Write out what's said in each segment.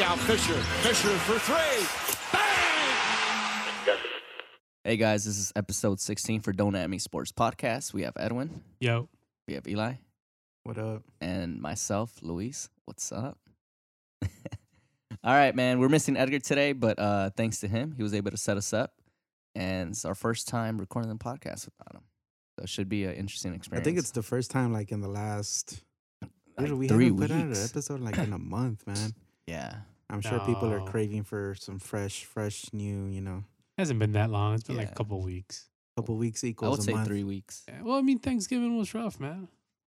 Now Fisher. Fisher for three. Bang! Hey guys, this is episode 16 for Don't At Me Sports Podcast. We have Edwin, Yo, we have Eli, What up? and myself, Luis. What's up? All right, man. We're missing Edgar today, but uh, thanks to him, he was able to set us up. And it's our first time recording the podcast without him. So it should be an interesting I experience. think it's the first time like in the last Like, Dude, we three haven't put out an weeks. episode like in a month, man. Yeah. I'm sure people are No. craving for some fresh, fresh new, you know, hasn't been that long. It's been like Yeah. a couple weeks. couple weeks I would equals a say month. three weeks. Yeah, Well, I mean, Thanksgiving was rough, man.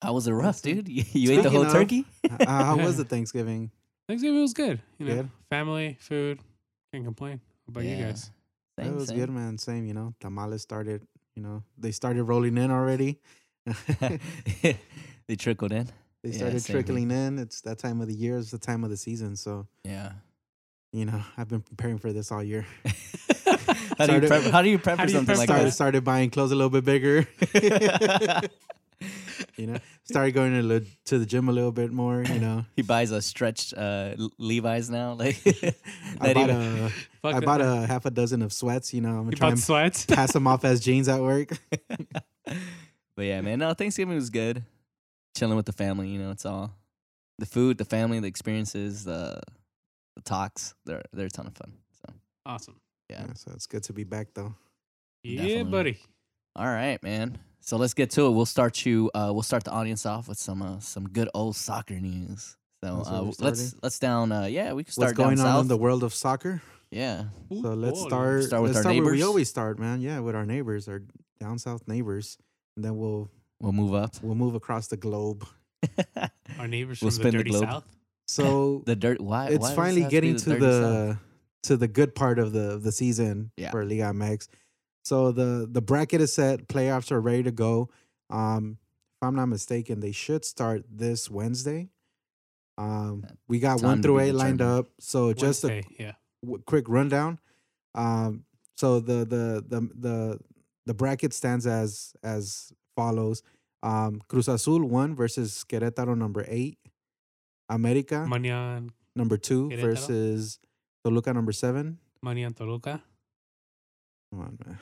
How was it rough, Awesome. dude? You, you ate the Speaking whole of- turkey? Uh, how was the Thanksgiving? Thanksgiving was good. You know, Good. family, food, can't complain. How about you Yeah. guys? Same, it was same. good, man. Same, you know, tamales started, you know, they started rolling in already. they they trickled in. Yeah, started same here. trickling in. It's that time of the year. It's the time of the season. So, Yeah. you know, I've been preparing for this all year. How do you Started- prep, how do you prep How for do you something prep like for started, that? started buying clothes a little bit bigger. you know, started going to, the- to the gym a little bit more, you know. he buys a stretched uh, L- Levi's now. Like I that bought, even- a, Fuck I that- bought a half a dozen of sweats. You know, I'm gonna You try bought and sweats? pass them off as jeans at work. but yeah, man. No, Thanksgiving was good. Chilling with the family, you know, it's all the food, the family, the experiences, the the talks. They're they're a ton of fun. So awesome. Yeah. Yeah, so it's good to be back though. Yeah, Definitely. buddy. all right, man. So let's get to it. We'll start you. Uh, we'll start the audience off with some uh, some good old soccer news. So That's where uh, we're w- let's starting? let's down. Uh, yeah, we can start What's going on down south. in the world of soccer? yeah, So let's Football. start. Start with let's our start where we neighbors? always start, man. Yeah, with our neighbors, our down south neighbors, and then we'll we'll move up. we'll move across the globe. Our neighbors We'll from the spin the dirty globe. south. So the dirt. Why? why it's does it finally have be getting to dirty south? the to the good part of the the season Yeah. for Liga MX. So the the bracket is set, playoffs are ready to go. Um, if I'm not mistaken, they should start this Wednesday. Um, we got Time one to through be eight lined determined. up. So just a Wednesday, yeah. w- quick rundown. Um, so the the the the the bracket stands as as follows: um, Cruz Azul one versus Querétaro number eight, America Mañana, number two Querétaro. versus Toluca number seven. mañana Toluca. Come on, man.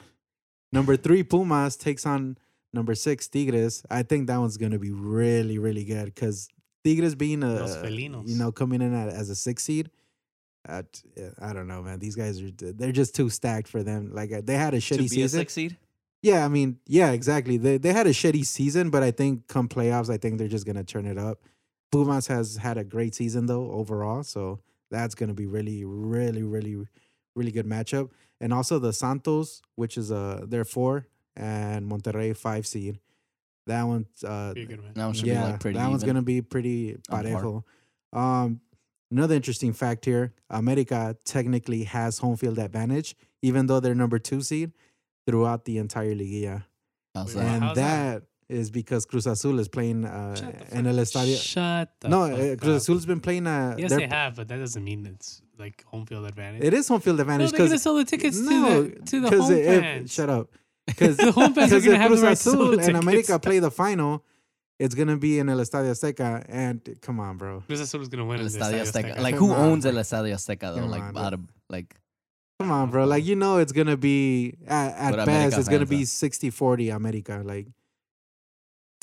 Number three Pumas takes on number six Tigres. I think that one's gonna be really really good because Tigres being a Los felinos. you know coming in at, as a six seed. At, uh, I don't know, man. These guys are they're just too stacked for them. Like uh, they had a to shitty be a season. six seed. Yeah, I mean, yeah, exactly. They they had a shitty season, but I think come playoffs, I think they're just gonna turn it up. Pumas has had a great season though overall, so that's gonna be really, really, really, really good matchup. And also the Santos, which is uh their four, and Monterrey five seed. That one's uh Be a good match. That one should yeah, be like pretty. that one's even. gonna be pretty On par. parejo. Um, another interesting fact here: America technically has home field advantage, even though they're number two seed throughout the entire liguilla, How's Wait, that? and how's that? that is because Cruz Azul is playing uh, Shut the in El Estadio. Shut the No, fuck uh, Cruz up. Azul's been playing. Uh, Yes, their- they have, but that doesn't mean it's like home field advantage. It is home field no, advantage they're gonna because sell the tickets to the to the 'cause home if- fans. Shut up, because the home fans are because gonna if have Cruz the right to sell the Azul and tickets. America play the final, it's gonna be in El Estadio Azteca. And come on, bro. Cruz Azul is gonna win. El in the Estadio Azteca. Like Come who on, owns El bro. Estadio Azteca though? Come Like on, out dude. of like Come on, bro. Like, you know, it's going to be at, at But best, America it's going to fans, be huh? 60 40 America. Like,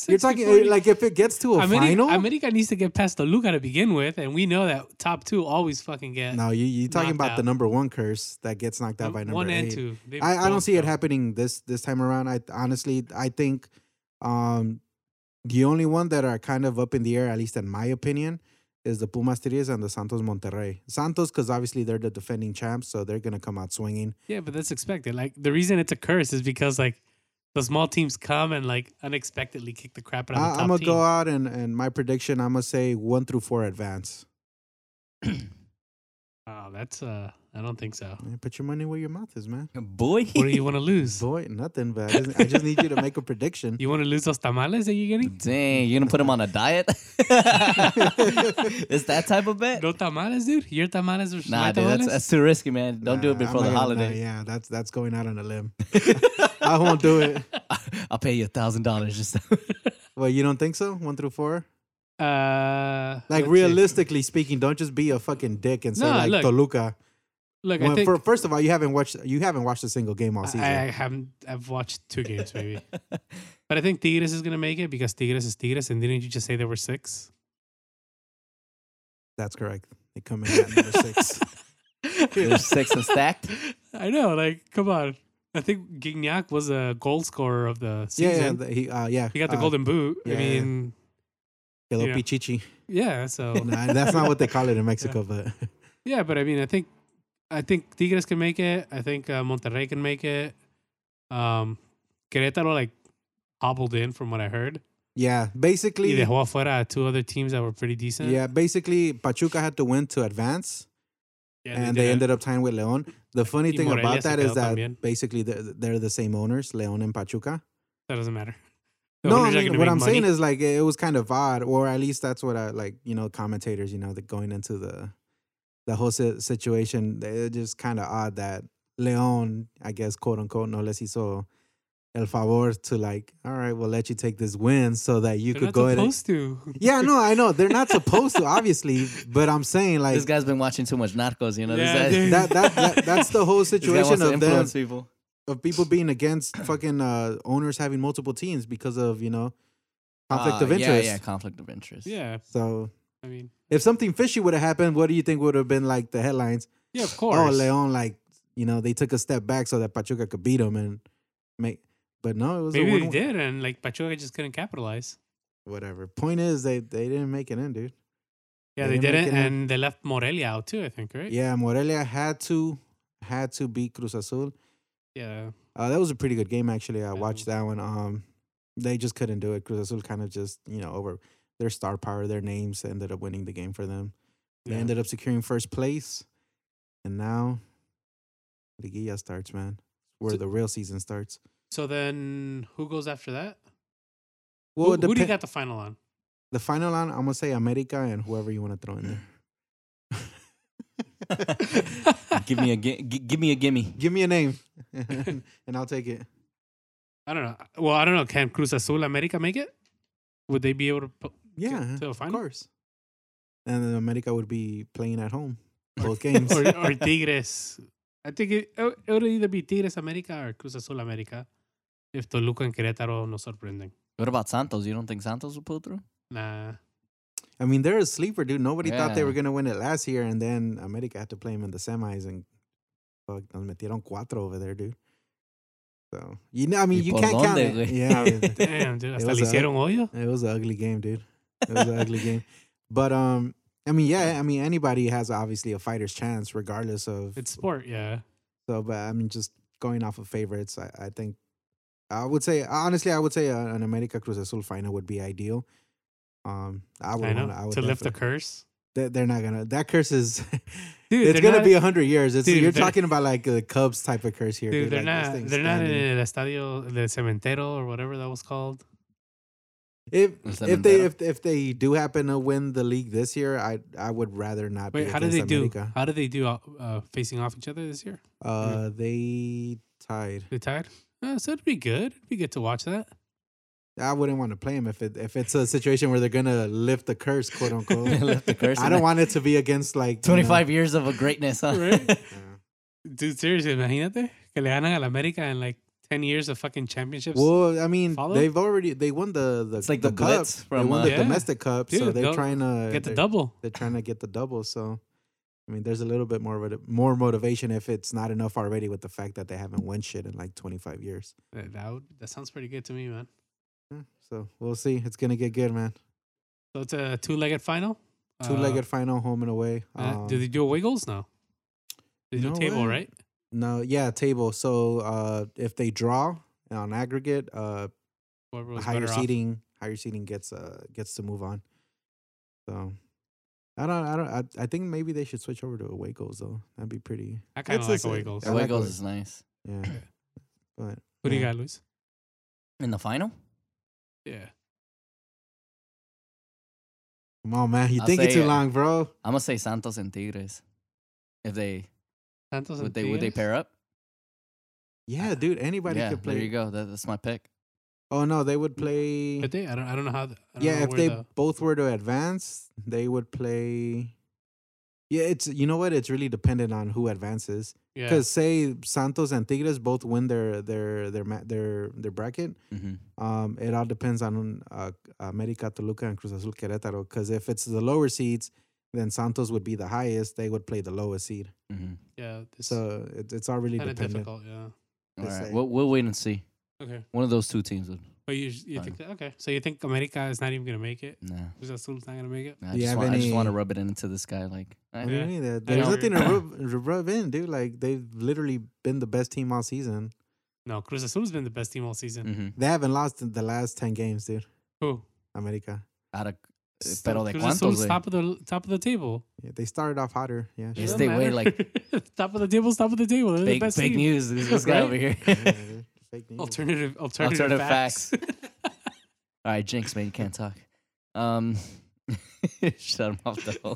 you're 60, talking, eh, 40. like, if it gets to a America, final. America needs to get past Toluca to begin with, and we know that top two always fucking get no, you, you're talking knocked about the out. number one curse that gets knocked out by number one and eight. two. They I, I don't both see it go. happening this this time around. I honestly I think um the only one that are kind of up in the air, at least in my opinion, is the Pumas Tigres and the Santos Monterrey. Santos, because obviously they're the defending champs, so they're gonna come out swinging. Yeah, but that's expected. Like the reason it's a curse is because like the small teams come and like unexpectedly kick the crap out of the top I, am gonna team. go out and and my prediction, I'm gonna say one through four advance. Oh, that's uh, I don't think so. Man, Put your money where your mouth is, man. boy. What do you want to lose? Boy, nothing, but I just, I just need you to make a prediction. You want to lose those tamales that you're getting? Dang, you're gonna put him on a diet? It's that type of bet? No tamales, dude. Your tamales are nah, my dude, tamales. that's, that's too risky, man. Don't do it Nah, I'm before the not gonna- nah, holiday. yeah, that's that's going out on a limb. I won't do it. I'll pay you a thousand dollars just Well, you don't think so? One through four? Uh, let's Like see. realistically speaking, don't just be a fucking dick and say No, like look, Toluca. Look, I When- think for, first of all, you haven't watched you haven't watched a single game all I, season. I haven't. I've watched two games maybe, but I think Tigres is gonna make it because Tigres is Tigres, and didn't you just say there were six? That's correct. They come in at number six. There's six and stacked. I know. Like, come on. I think Gignac was a goal scorer of the Yeah, season. yeah, the- he, uh, yeah. He got the uh, golden boot. I yeah. mean, Hello, yeah. Pichichi. yeah. So Nah, that's not what they call it in Mexico, but yeah, but I mean, I think, I think Tigres can make it. I think uh, Monterrey can make it. Um, Querétaro like hobbled in from what I heard. yeah, Y basically, dejó afuera a two other teams that were pretty decent. yeah, basically, Pachuca had to win to advance, and they ended up tying with León. The funny Y thing Morelia about se that is quedó that también. basically they're, they're the same owners, León and Pachuca. That doesn't matter. no, I mean, what I'm saying is like it was kind of odd, or at least that's what I like. You know, commentators, you know, that going into the the whole si- situation, it's just kind of odd that Leon, I guess, quote unquote, no les hizo el favor to like, all right, we'll let you take this win so that you They're could not go ahead. And, supposed to. yeah, no, I know they're not supposed to, obviously, but I'm saying like This guy's been watching too much Narcos, you know. Yeah, this guy, dude. that, that that that's the whole this guy situation wants to of them influence people. of people being against fucking uh, owners having multiple teams because of you know conflict Ah, Uh, of interest. Yeah, yeah, conflict of interest. Yeah, So I mean, if something fishy would have happened, what do you think would have been like the headlines? yeah, of Oh, course. Leon, like you know, they took a step back so that Pachuca could beat them and make. But no, it was a Maybe they one- did, and like Pachuca just couldn't capitalize. Whatever. Point is, they they didn't make it in, dude. Yeah, They they, didn't make didn't, it in. and they left Morelia out too. I think, right? Yeah, Morelia had to had to beat Cruz Azul. Yeah. Uh, that was a pretty good game actually. I Yeah. watched that one. Um, they just couldn't do it. Cruz Azul kind of just you know over their star power, their names ended up winning the game for them. They Yeah. ended up securing first place, and now Liguilla starts, man. Where So- the real season starts. So then, who goes after that? Well, who, it who do you depen- got the final on? the final line, I'm gonna say America and whoever you want to throw in there. give me a gi- gi- give me a gimme. Give me a name, and I'll take it. I don't know. Well, I don't know. Can Cruz Azul America make it? Would they be able to? po- get Yeah, to a of final? course. And then America would be playing at home both games. or, or Tigres. I think it, it would either be Tigres América or Cruz Azul América if Toluca and Querétaro nos sorprenden. What about Santos? You don't think Santos will pull through? Nah. I mean, they're a sleeper, dude. Nobody thought they Yeah. were gonna win it last year, and then America had to play them in the semis, and fuck, nos metieron cuatro over there, dude. So you know, I mean, ¿Y you por can't count dónde, it. güey? Yeah, I mean, Damn, dude. Hasta was le a- hicieron hoyo. it was an ugly game, dude. It was an ugly game, but um, I mean, yeah, I mean, anybody has obviously a fighter's chance, regardless of It's sport, yeah. so, but I mean, just going off of favorites, I, I think I would say honestly, I would say uh, an America Cruz Azul final would be ideal. Um, I would I know. Wanna, I would to lift the definitely- curse. they- they're not gonna. That curse is. Dude, it's they're gonna not- be a hundred years. It's, Dude, you're they're- talking about like the Cubs type of curse here. Dude, they're like, this not. thing's They're not in standing. el estadio del cementero or whatever that was called. If Is that if they Montero? if if they do happen to win the league this year, I I would rather not. Wait, be how did they against do? America. How did they do uh, uh, facing off each other this year? Uh, they tied. They tied. Uh, so it'd be good. It'd be good to watch that. I wouldn't want to play them if it if it's a situation where they're gonna lift the curse, quote unquote. Lift the curse. I don't want it to be against like you know, twenty five years of a greatness, huh? Right? yeah. Dude, seriously, imagínate que le ganan al América in like ten years of fucking championships. Well, I mean, Follow? they've already they won the the It's like the cup. Blitz they from, won uh, the Yeah. domestic cup, so Dude, they're they'll trying to Get the they're- double. they're trying to get the double. So, I mean, there's a little bit more of a, more motivation if it's not enough already with the fact that they haven't won shit in like 25 years. That that, would, that sounds pretty good to me, man. Yeah, Mm. So we'll see. It's gonna get good, man. So it's a two-legged final. Two-legged final, home and away. Uh, uh, Um, do they do a wiggles? No. They do No a table, way. right? no, yeah, table. So uh, if they draw on aggregate, uh, Whoever was higher better off. seating, higher seating gets uh gets to move on. So. I don't. I don't. I, I think maybe they should switch over to away goals though. That'd be pretty. I kind of It's the like a same. wiggles. I like Wiggles Wiggles. is nice. Yeah. But Who do you yeah. got, Luis? In the final, Yeah. Come on, man. You I'll think it's say, too uh, long, bro. I'm gonna say Santos and Tigres. If they Santos would and they would they Tigres? pair up? Yeah, dude. Anybody yeah, could play. there you go. That, that's my pick. Oh no, they would play. Did they? I don't. I don't know how. The, I don't yeah, know if where they the- both were to advance, they would play. Yeah, it's you know what? It's really dependent on who advances. yeah. Because say Santos and Tigres both win their their their ma- their their bracket. Mhm. Um, it all depends on uh, America, Toluca, and Cruz Azul Querétaro. Because if it's the lower seeds, then Santos would be the highest. They would play the lowest seed. Mhm. yeah, it's So it, it's all really kind of dependent. difficult. Yeah. All They right. say. We'll, we'll wait and see. Okay. One of those two teams would. But you you Fine. think that, okay? So you think America is not even gonna make it? Nah. Cruz Azul's not gonna make it? Nah, I, Do you just have want, I just want to any- rub it into this guy. Like, eh, What I, do you Yeah. mean? There- I There's agree. nothing to rub, to rub in, dude. Like they've literally been the best team all season. No, Cruz Azul's been the best team all season. mhm. They haven't lost in the last ten games, dude. Who? America. Out of- S- eh, pero de Cruz cuántos, Azul's güey? top of the top of the table. Yeah, they started off hotter. Yeah. Yes, sure. they Doesn't were, matter. top of the table, top of the table. They're the Fake, best fake team. news. This, this guy Right? over here. Yeah, dude. Fake news. Alternative, alternative, Alternative facts. All right, Jinx, man, you can't talk. Um, shut him off the hole.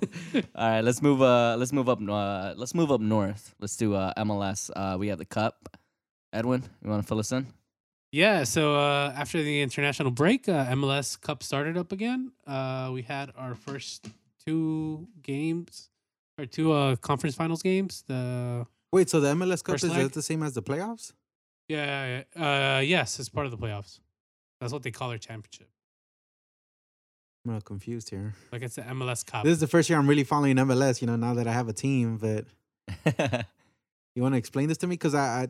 All right, let's move. Uh, let's move up. Uh, let's move up north. Let's do uh, MLS. Uh, we have the cup. Edwin, you want to fill us in? yeah. So uh, after the international break, uh, MLS Cup started up again. Uh, we had our first two games, or two uh, conference finals games. The Wait, so the MLS Cup First is leg? that the same as the playoffs? yeah, yeah, uh, yes, it's part of the playoffs. That's what they call their championship. I'm a little confused here. Like it's the MLS Cup. This is the first year I'm really following MLS. You know, now that I have a team, but you want to explain this to me because I, I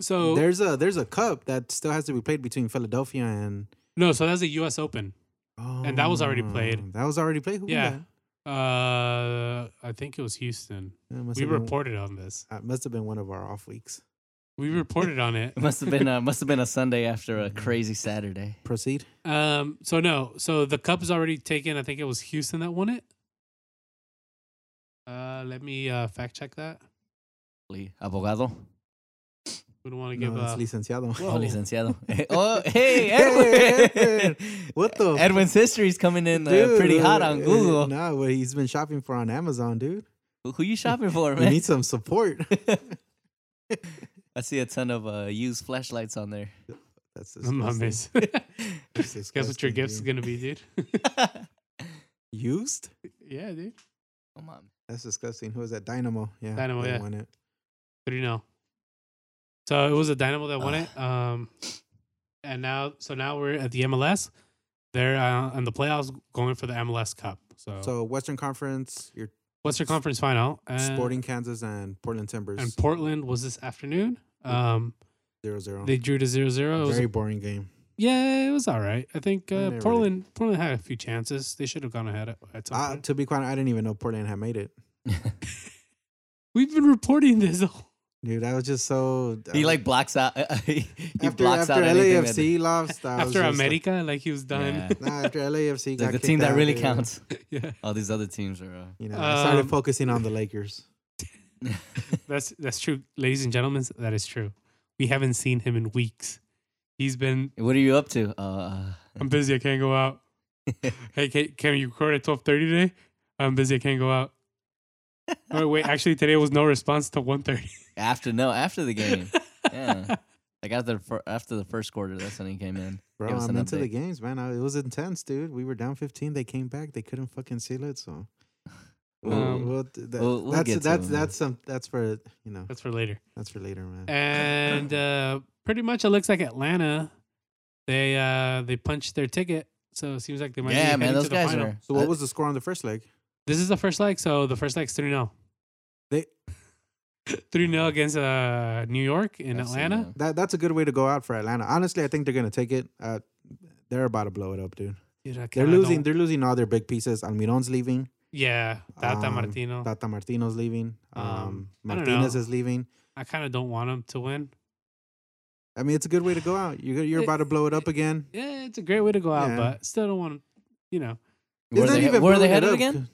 so there's a there's a cup that still has to be played between Philadelphia and no, so that's the U.S. Open. oh, that was already played. That was already played. Who won Yeah. that? Uh, I think it was Houston. That must We have been- reported on this. That must have been one of our off weeks. We reported on it. It must have been. Uh, must have been a Sunday after a crazy Saturday. Proceed. Um. So no. So the cup is already taken. I think it was Houston that won it. Uh, let me uh, fact check that. Lee, Abogado. We don't want to give. No, uh, it's licenciado. Oh, Whoa. licenciado. oh, hey, Hey, Edwin. What the f- Edwin's history's coming in uh, pretty Dude, hot uh, on uh, Google. Nah, what he's been shopping for on Amazon, dude. Who, who you shopping for, We man? need some support. I see a ton of uh, used flashlights on there. That's my disgusting. miss. That's Guess what your disgusting, gift's dude. gonna be, dude? used? yeah, dude. Come on. That's disgusting. Who is that? Dynamo. Yeah. Dynamo, they yeah. won it. What do you know? So it was a Dynamo that won it. Um, and now, so now we're at the MLS. They're uh, in the playoffs, going for the MLS Cup. So, So Western Conference, your what's your conference final? And, Sporting Kansas and Portland Timbers. and Portland was this afternoon. Um, zero zero. they drew to zero zero. It was a Very boring game. Yeah, it was all right. I think I never uh, really- Portland Portland had a few chances. They should have gone ahead at, at some Uh, point. to be quite honest, I didn't even know Portland had made it. We've been reporting this. the whole- Dude, I was just so. I He was- like blocks out. he after, blocks after out anything that- LAFC lost. I was after just like- America, like he was done. Yeah. Nah, after LAFC got Like the kicked team that out, really dude. counts. Yeah. All these other teams are. You know, I started Um, focusing on the Lakers. Uh... that's that's true, ladies and gentlemen. That is true. We haven't seen him in weeks. He's been. what are you up to? Uh, I'm busy. I can't go out. hey, can, can you record at 12:30 today? I'm busy. I can't go out. Oh wait, actually, today was no response to 1:30. after no, after the game. Yeah. Like after the fir- after the first quarter, that's when he came in. Bro, Give us I'm an into the update. games, man. I, it was intense, dude. We were down 15. They came back. They couldn't fucking seal it. So, well, Um, well, th- that- we'll- we'll that's get to that's it, man. that's some that's for you know That's for later. that's for later, man. and uh, pretty much it looks like Atlanta. They uh, they punched their ticket, so it seems like they might. yeah, be man, heading those to the guys final. are. so, what uh, was the score on the first leg? This is the first leg, so the first leg's three 0 They- three 0 against uh, New York in I've seen Atlanta. them. That that's a good way to go out for Atlanta. Honestly, I think they're gonna take it. Uh, they're about to blow it up, dude. Dude, I They're kinda losing. don't- They're losing all their big pieces. Almiron's leaving. yeah, Tata Um, Martino. Tata Martino's leaving. Um, Um, I don't Martinez know. is leaving. I kind of don't want him to win. I mean, it's a good way to go out. You're you're It- about to blow it up again. Yeah, it's a great way to go out, Yeah. but still don't want him. You know, Where are It's not they, even where are they blowing it headed up. again?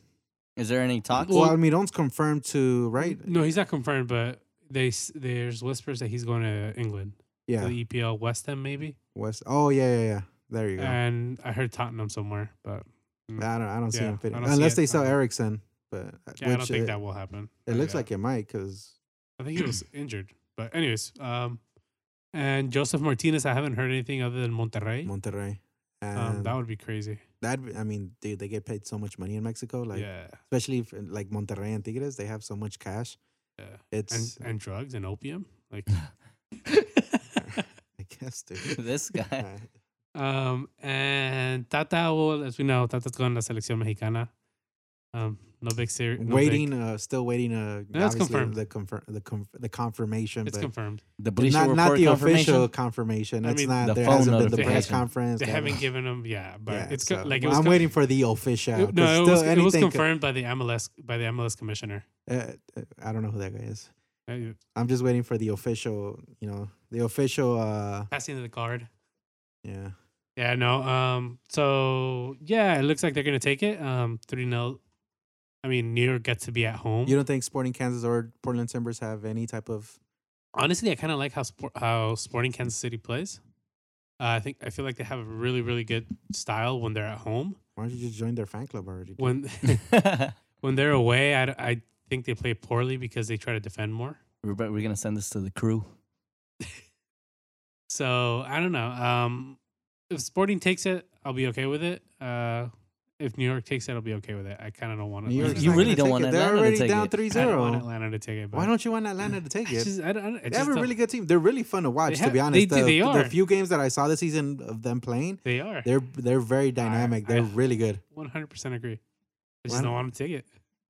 Is there any talks? Well, Almiron's confirmed to right. no, he's not confirmed, but they s- there's whispers that he's going to England, to Yeah, the EPL, West Ham maybe, West. Oh yeah, yeah, yeah. There you go. and I heard Tottenham somewhere, but I don't. I don't see Yeah, him fitting I don't see unless it. they sell Uh, Ericsson. But Yeah, I don't which think it, that will happen. it looks Yeah. like it might because I think he was injured. But anyways, um, And Joseph Martinez, I haven't heard anything other than Monterrey. Monterrey. And Eh? um, that would be crazy. that I mean, dude, they get paid so much money in Mexico. Like yeah, especially if, like Monterrey and Tigres, they have so much cash. yeah. And It's and drugs and opium. Like I guess, dude. this guy. Uh, um and Tata well, as we know, Tata's gone to Selección Mexicana. Um no big series. waiting, uh, still waiting. Uh, That's obviously confirmed. The confirm, the conf- the confirmation, it's but confirmed. The Brisha not report not the confirmation. official confirmation. I It's mean, not. The there phone hasn't been the notification. press conference. They that- haven't given him yeah, but yeah, it's co- so like it I'm was co- waiting for the official. it- 'cause no, it still was, it was anything could- confirmed by the MLS by the MLS commissioner. uh, uh, I don't know who that guy is. Uh, I'm just waiting for the official. You know, the official. uh Passing the card. Yeah. Yeah, no. Um, so yeah, it looks like they're gonna take it. Um, three 0 I mean, New York gets to be at home. You don't think Sporting Kansas or Portland Timbers have any type of? Honestly, I kind of like how sport, how Sporting Kansas City plays. Uh, I think I feel like they have a really really good style when they're at home. Why don't you just join their fan club already? When when they're away, I, d- I think they play poorly because they try to defend more. we're, about- we're gonna send this to the crew. So I don't know. Um, if Sporting takes it, I'll be okay with it. Uh, if New York takes it, I'll be okay with it. I kind of don't want New York's You not really gonna don't take want it. They're Atlanta to already take down it. three I don't want zero. Atlanta to take it. Why but- don't you want Atlanta to take I it? just, I don't, I don't- I They have just a don't- really good team. They're really fun to watch, have- to be they honest. do- the, they the are. few games that I saw this season of them playing, They are. they're they're very dynamic. I- they're really good. One hundred percent agree. I Why just don't not? want to take it.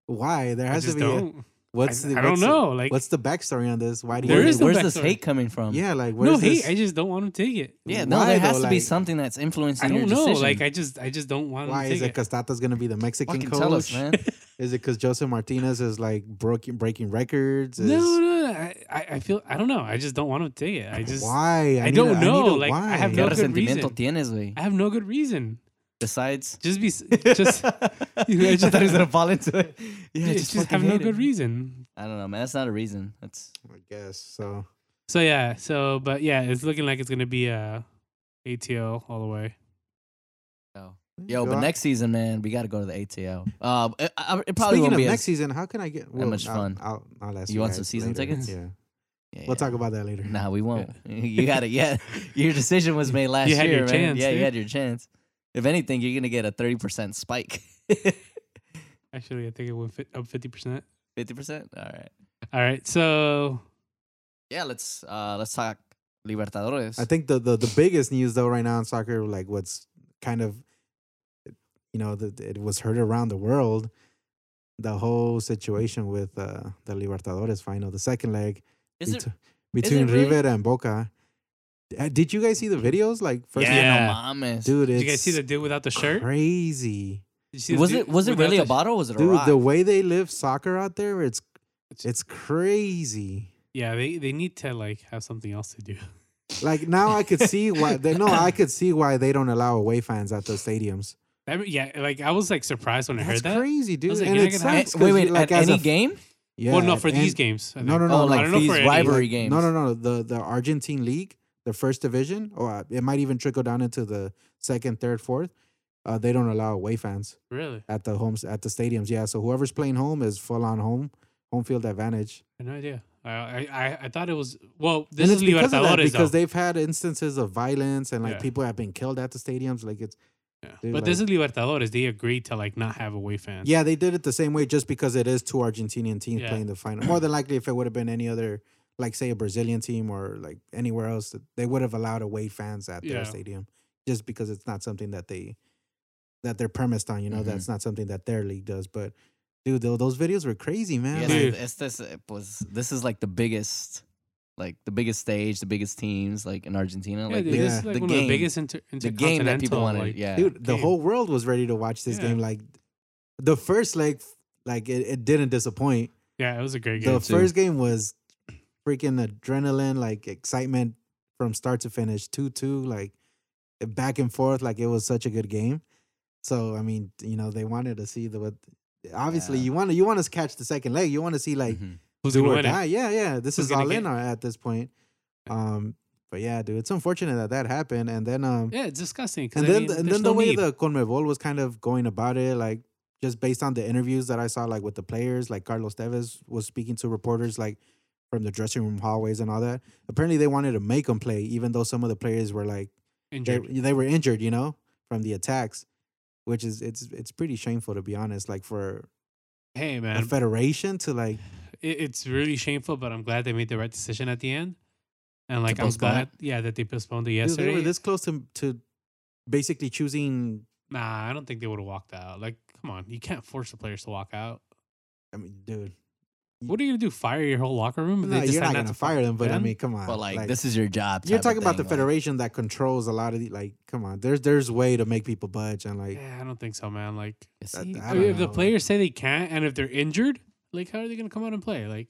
Why? There I has to just be. A, don't. what's I, the? I don't what's the- know. Like what's the backstory on this? Why do There Where- you? is no where's this backstory. hate coming from? Yeah, like where's no this? hate. I just don't want to take it. yeah. No, why there though? has to be Like, something that's I influencing your don't know. decision. Like I just, I just don't want Why to take is it? it. Because Tata's gonna be the Mexican fucking coach. tell us, man. Is it because Joseph Martinez is like breaking breaking records? Is, No, no, no. I, I I feel. I don't know. I just don't want to take it. I just. why? I need don't a- need know, a like, I why. have ¿Qué no good resentimiento reason. tienes, güey? I have no good reason. Besides, Just be. Just. You know, I I just- thought he was gonna fall into it. Yeah, I just, just, have fucking no hate good it. reason. I don't know, man. That's not a reason. That's I guess so. So yeah. So but yeah, it's looking like it's gonna be uh ATL all the way. yo. Go But on. next season, man, we got to go to the ATL. Uh, it, I- it probably Speaking won't of be as- next season, how can I get much I'll- fun. I'll, I'll ask You you, want some guys season later. tickets? Yeah, Yeah, we'll yeah. talk about that later. Nah, we won't. you got it. Yeah, your decision was made last had year, your man. chance, yeah, you dude. had your chance. If anything, you're gonna get a thirty percent spike. Actually, I think it went fit, up fifty percent. Fifty percent. All right. All right. So Yeah, let's uh let's talk Libertadores. I think the, the the biggest news though right now in soccer, like what's kind of, you know, the, it was heard around the world, the Mm. whole situation with uh, the Libertadores final, the second leg Is it? betw- between it really? River and Boca. Uh, Did you guys see the videos? Like, first, Yeah. Yeah, no mames. dude, Mm. did it's you guys see the dude without the shirt? Did crazy. you see the was dude it was it without really the a bottle? Or was it a Dude, rock? the way they live soccer out there, it's It's- it's crazy. Yeah, they, they need to like have something else to do. Like now, I could see why they no, I could see why they don't allow away fans at those stadiums. That, yeah, like I was like surprised when I That's heard that. crazy, dude. was like, and you're it not gonna have- sucks At- wait, wait, 'cause, like, at as a any f- game? Yeah, well, no, for and- these games. I No, think. no, no. oh, I like don't know these for any- rivalry like, games. No, no, no. The the Argentine league, the first division, or uh, it might even trickle down into the second, third, fourth. Uh, they don't allow away fans Really? at the homes at the stadiums. Yeah, so whoever's playing home is full on home home field advantage. I had no idea. I, I I- I thought it was well. This and is it's because of that Libertadores because though. they've had instances of violence and like Yeah. people have been killed at the stadiums. Like it's Yeah. dude, but this is Libertadores. They agreed to like not have away fans. yeah, they did it the same way just because it is two Argentinian teams Yeah. playing the final. More than likely, if it would have been any other, like say a Brazilian team or like anywhere else, they would have allowed away fans at Yeah. their stadium just because it's not something that they that they're premised on. You know, Mhm. that's not something that their league does. But dude, tho- those videos were crazy, Yeah, man. Like, Dude. like, it's this it was this is like the biggest, like the biggest stage, the biggest teams, like in Argentina, Yeah, like dude, the, this is yeah. like the one game, of the biggest inter- the game that people intercontinental, wanted. like- yeah, dude, the game. whole world was ready to watch this Yeah. game. Like the first leg, like it, it didn't disappoint. yeah, it was a great game. The too. first game was freaking adrenaline, like excitement from start to finish, 2 2, like back and forth. Like it was such a good game. So, I mean, you know, they wanted to see the what. Obviously, Yeah. you want to you want to catch the second leg. You want to see like Mhm. Mm-hmm. Who's do gonna or win it? die. Yeah, yeah. This Who's is gonna all in get- at this point. Um, but yeah, dude, it's unfortunate that that happened. And then, um, Yeah, it's disgusting. 'cause and I then, mean, the- and there's then no the way need. the Conmebol was kind of going about it, like just based on the interviews that I saw, like with the players, like Carlos Tevez was speaking to reporters, like from the dressing room hallways and all that. Apparently, they wanted to make him play, even though some of the players were like they, Injured. they were injured, you know, from the attacks, which is it's it's pretty shameful to be honest. Like for Hey a man, federation to like, it, it's really shameful, but I'm glad they made the right decision at the end. And like I'm postpone it? glad, yeah, that they postponed it dude, they yesterday. were this close to to basically choosing. nah, I don't think they would have walked out. Like, come on, you can't force the players to walk out. I mean, dude, What are you gonna do? Fire your whole locker room? if no, you're decide not gonna to fire them, but I defend? mean, come on, But like, this is your job. uh, You're type of talking about the thing, like- federation that controls a lot of the like. Come on, there's there's way to make people budge and like. yeah, I don't think so, man. Like, I- See? I I don't mean, if the know. players say they can't, and if they're injured, like, how are they gonna come out and play? Like,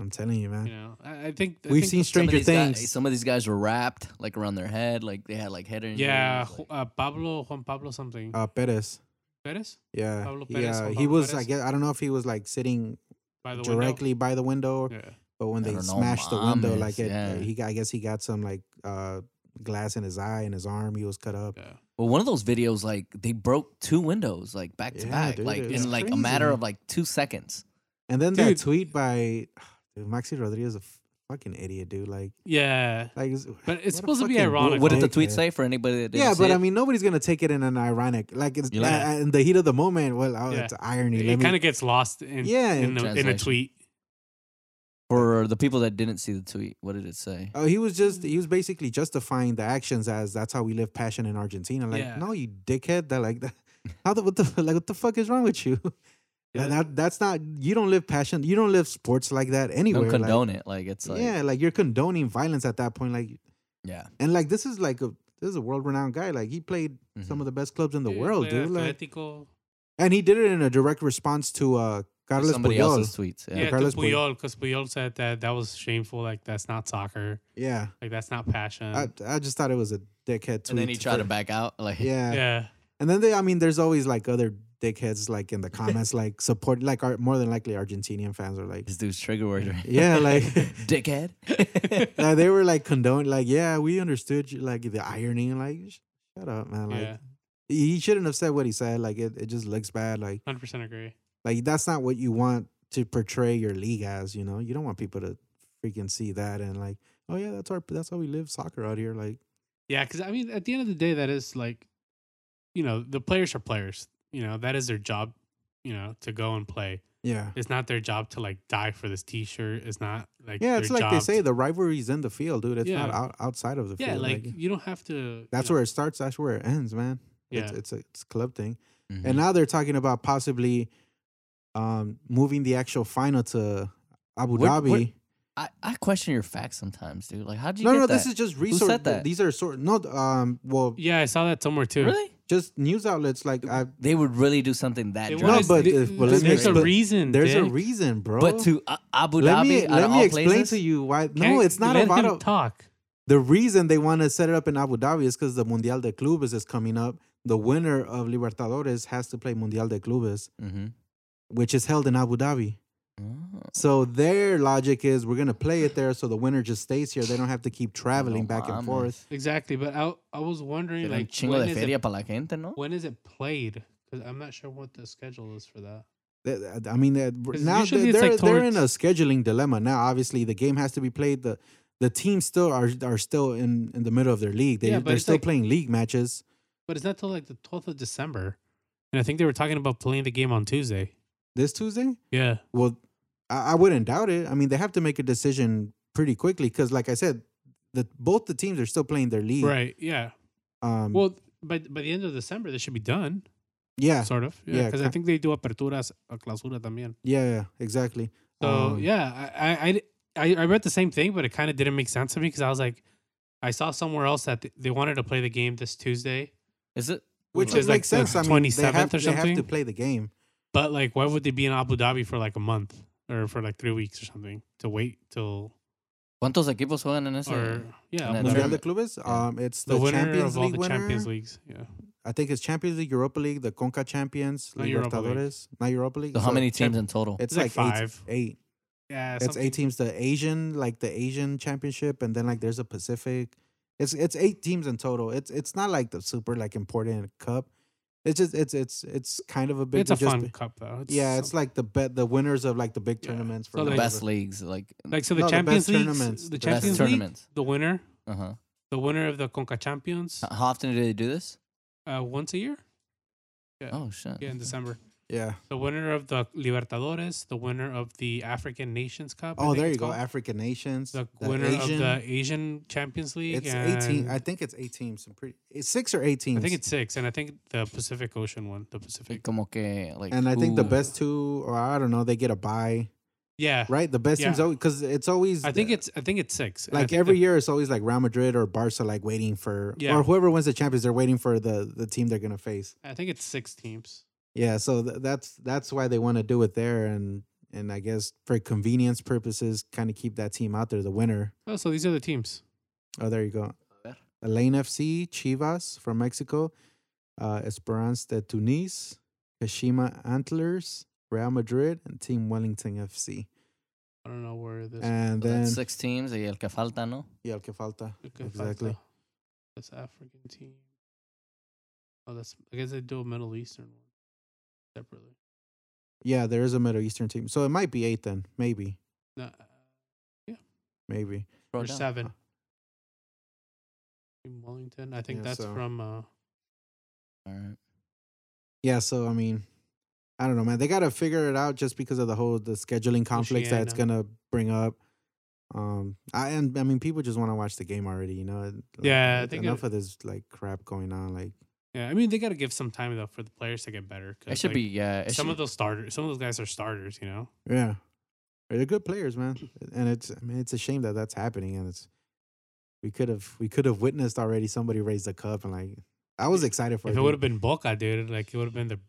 I'm telling you, man. you know, I, I think I think We've seen with some of Stranger these- these guys- Things. some of these guys were wrapped like around their head, like they had like head injuries. Yeah, like- Ju- uh, Pablo Juan Pablo something Uh, Perez. Perez Yeah, Pablo yeah. Perez, Juan he Pablo was. I Perez? guess I don't know if he was like sitting by the window? directly by the window, Yeah. but when I they don't know, smashed the window, mames, like it, yeah. he got. I guess he got some like uh glass in his eye and his arm. He was cut up. Yeah. Well, one of those videos, like they broke two windows, like back to Yeah, back, dude, like it's in like a crazy, matter man. of like two seconds. And then Dude. that tweet by dude, Maxi Rodriguez, is a fucking idiot, dude. Like, Yeah. like. But it's a supposed to be fucking ironic. Like, what did the dickhead. tweet say for anybody that didn't yeah, see but it? I mean, nobody's gonna take it in an ironic, like it's You like- uh, in the heat of the moment. Well, oh, Yeah. it's irony. It Let me- kind of gets lost in Yeah, in, in the, in a translation. tweet. for the people that didn't see the tweet, what did it say? Oh, he was just he was basically justifying the actions as that's how we live passion in Argentina. Like, Yeah. no, you dickhead. That like that. How the what the like what the fuck is wrong with you? Yeah. That, that- that's not you don't live passion. You don't live sports like that anywhere. Don't like- condone it. Like it's like yeah, yeah, like you're condoning violence at that point. Like and like this is like a this is a world renowned guy. Like he played some Mhm. of the best clubs in the Yeah, world, play dude. Like, Atletico. and he did it in a direct response to uh Carlos somebody Puyol. else's tweets. Yeah. yeah, Carlos to Puyol because Puyol said that that was shameful. Like that's not soccer. Yeah, Like that's not passion. I, I just thought it was a dickhead tweet. and then he tried to for- back out. Like Yeah, yeah. And then they, I mean, there's always like other dickheads like in the comments, like support, like are more than likely Argentinian fans are like, this dude's trigger word. right? yeah, like, dickhead. like they were like condoning, like, yeah, we understood you, like the irony, like, sh- shut up, man, like. yeah. He he shouldn't have said what he said. Like it, it just looks bad. Like Hundred percent agree. like that's not what you want to portray your league as. You know, you don't want people to freaking see that and like, oh yeah, that's our that's how we live soccer out here. Like Yeah, because I mean, at the end of the day, that is like, you know, the players are players. You know, that is their job. You know, to go and play. yeah, It's not their job to like die for this T-shirt. It's not like yeah. It's their like they job say, to- the rivalry's in the field, dude. It's not Yeah. out, outside of the yeah, field. like you don't have to. That's you know, where it starts. That's where it ends, man. Yeah, It's, it's a it's a club thing. Mhm. And now they're talking about possibly um, moving the actual final to Abu What- Dhabi. what- I, I question your facts sometimes, dude. Like, how would you no, get no, that? this is just research. said that? These are sort no um well yeah. I saw that somewhere too. really. just news outlets like I They would really do something that. They wanted- drastic. No, but they- if- well, let me there's a expl- reason. there's a Dick. reason, bro. But to uh, Abu let Dhabi, me out let of me all explain places? to you why no, Can't- it's not let about him a- talk. the reason they want to set it up in Abu Dhabi is because the Mundial de Clubes is coming up. The winner of Libertadores has to play Mundial de Clubes, Mhm. which is held in Abu Dhabi. Oh. So their logic is we're gonna play it there, so the winner just stays here. They don't have to keep traveling No back and mames. forth. Exactly, but I I was wondering Era un like chingo when de is, feria it, para la gente, ¿no? when is it played? Because I'm not sure what the schedule is for that. Th- I mean, that- 'Cause now usually they're it's, they're, like, in a towards- scheduling dilemma. Now, obviously, the game has to be played. the The teams still are are still in in the middle of their league. They Yeah, but they're it's still like- playing league matches. But it's not till like the 12th of December, and I think they were talking about playing the game on Tuesday. This Tuesday, Yeah, well, I, I wouldn't doubt it. I mean, they have to make a decision pretty quickly because, like I said, the both the teams are still playing their league. right. Yeah. Um, Well, by by the end of December, this should be done. yeah, Sort of. Yeah. Yeah, Because I ki- think they do aperturas, a clausura también. yeah, yeah, exactly. So Um, yeah, I I- I di- I I read the same thing, but it kind of didn't make sense to me because I was like, I saw somewhere else that th- they wanted to play the game this Tuesday, Is it? Which, which is, like, makes sense. the I mean, they 27th have, or they have to something. play the game. but like, why would they be in Abu Dhabi for like a month or for like three weeks or something to wait till ¿Cuántos equipos juegan en ese? or yeah Abu And Dhabi. then Mundial de tournament. Clubes. Yeah. Um, it's the, the, winner Champions of all League the winner. Champions leagues. Yeah, I think it's Champions League, Europa League, the Conca Champions, Not Libertadores, Europa League. not Europa League. So how So many teams Champ- in total? It's, It's like like, eight- five. Eight. yeah. It's eight teams. The Asian, like the Asian Championship, and then like there's a Pacific. It's it's eight teams in total. It's it's not like the super like important cup. It's just it's it's it's kind of a big. It's a just fun be- cup though. yeah, it's like the bet the winners of like the big Yeah. tournaments for So, the like- best leagues, like like so the no, the Champions best League, tournaments, the the best best Champions League, tournaments. the winner, Uh huh. the winner of the Conca Champions, How often do they do this? Uh-uh. uh, once a year. Yeah. Oh shit. Yeah, in December. yeah. The winner of the Libertadores, the winner of the African Nations Cup. I Oh, think there it's you go. called, African nations. The, winner of the Asian Champions League. It's eighteen. and I think it's eighteen. Some pretty. It's six or eighteen. I think it's six, and I think the Pacific Ocean one, the Pacific. Como que, like, And I think the who- best two, or I don't know, they get a buy, Yeah, right? The best Yeah. teams always because it's always. I think the- it's I think it's six. and I like think every the- year. It's always like Real Madrid or Barca, like waiting for Yeah. or whoever wins the champions, they're waiting for the the team they're gonna face. I think it's six teams. Yeah, so th- that's that's why they want to do it there, and and I guess for convenience purposes, kind of keep that team out there, the winner. Oh, so these are the teams. Oh, there you go. A ver. Elaine FC, Chivas from Mexico, uh, Esperance de Tunis, Kashima Antlers, Real Madrid, and Team Wellington FC. I don't know where this. And Well, then that's six teams. Y el que falta, no? yeah, el que falta. Okay, exactly. Falta. That's African team. Oh, that's. I guess they do a Middle Eastern one separately. Yeah, there is a Middle Eastern team, so it might be eight then, maybe, No, uh, maybe. Throw or down. seven. Team Wellington. I think Yeah, that's so- from. Uh, All right. Yeah, so I mean, I don't know, man. They gotta figure it out just because of the whole the scheduling conflicts that it's Oceania. gonna bring up. Um, I and I mean, people just want to watch the game already, you know. and, like, Yeah, I e- think enough it- of this like crap going on. Like, yeah, I mean they got to give some time though for the players to get better. 'cause, It should like, be, yeah. It some should, of those starters. Some of those guys are starters. You know. yeah, they're good players, man. And it's I mean, it's a shame that that's happening. And it's we could have we could have witnessed already somebody raise the cup and like I was excited for If it. it would have dude. been Boca, dude, like it would have been the.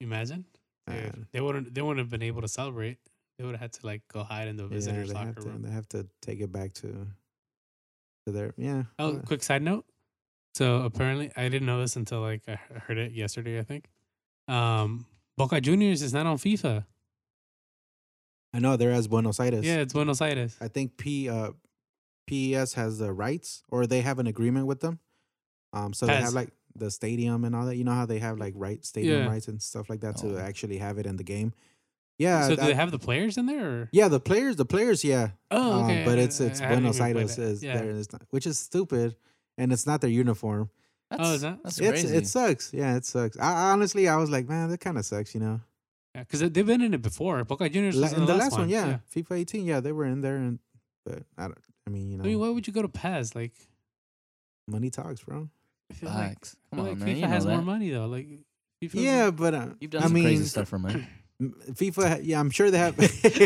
Imagine Dude, Man, they wouldn't. They wouldn't have been able to celebrate. They would have had to like go hide in the yeah, visitors they have locker to room. they have to take it back to to their yeah. Oh, uh, quick side note. So apparently, I didn't know this until like I he- heard it yesterday. I think um, Boca Juniors is not on FIFA. I know they're as Buenos Aires. Yeah, it's Buenos Aires. I think P uh, PES has the rights, or they have an agreement with them. Um, so they Has. have like the stadium and all that. You know how they have like right stadium Yeah. rights and stuff like that Oh. to actually have it in the game. Yeah, so do I- they have the players in there? Or? yeah, the players, the players, yeah. Oh, okay. um, but I- it's I- it's I haven't Buenos even played Aires it. is yeah. there, it's not, which is stupid, and it's not their uniform. That's, Oh, is that- That's It's crazy. it sucks. Yeah, it sucks. I, I honestly, I was like, man, that kind of sucks, you know. Because they've been in it before. Boca Juniors La- was in the, last, one. yeah, FIFA 18, yeah, they were in there, and but I don't. I mean, you know, I mean, why would you go to Paz? Like, money talks, bro. I feel like, Facts. I Come feel like on, man. FIFA You know has more that. money though. Like, FIFA. 's- Yeah, but uh, You've done I some crazy mean- stuff for money. M- FIFA, ha- yeah, I'm sure they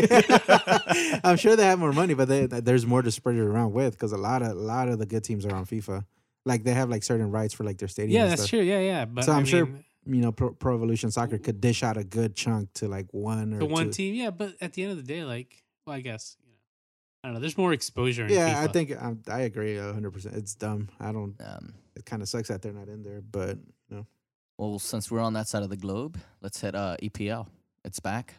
have. I'm sure they have more money, but they, th- there's more to spread it around with because a lot of a lot of the good teams are on FIFA. Like they have like certain rights for like their stadium. Yeah, and that's stuff. true. Yeah, yeah. But So I I'm sure mean, You know, Pro, Pro Evolution Soccer could dish out a good chunk to like one or the one two. team. Yeah, but at the end of the day, like, well, I guess you know, I don't know. There's more exposure. In Yeah, I FIFA. think um, I agree 100. percent It's dumb. I don't. Um, It kind of sucks that they're not in there, but you know, well, since we're on that side of the globe, let's hit uh, EPL. It's back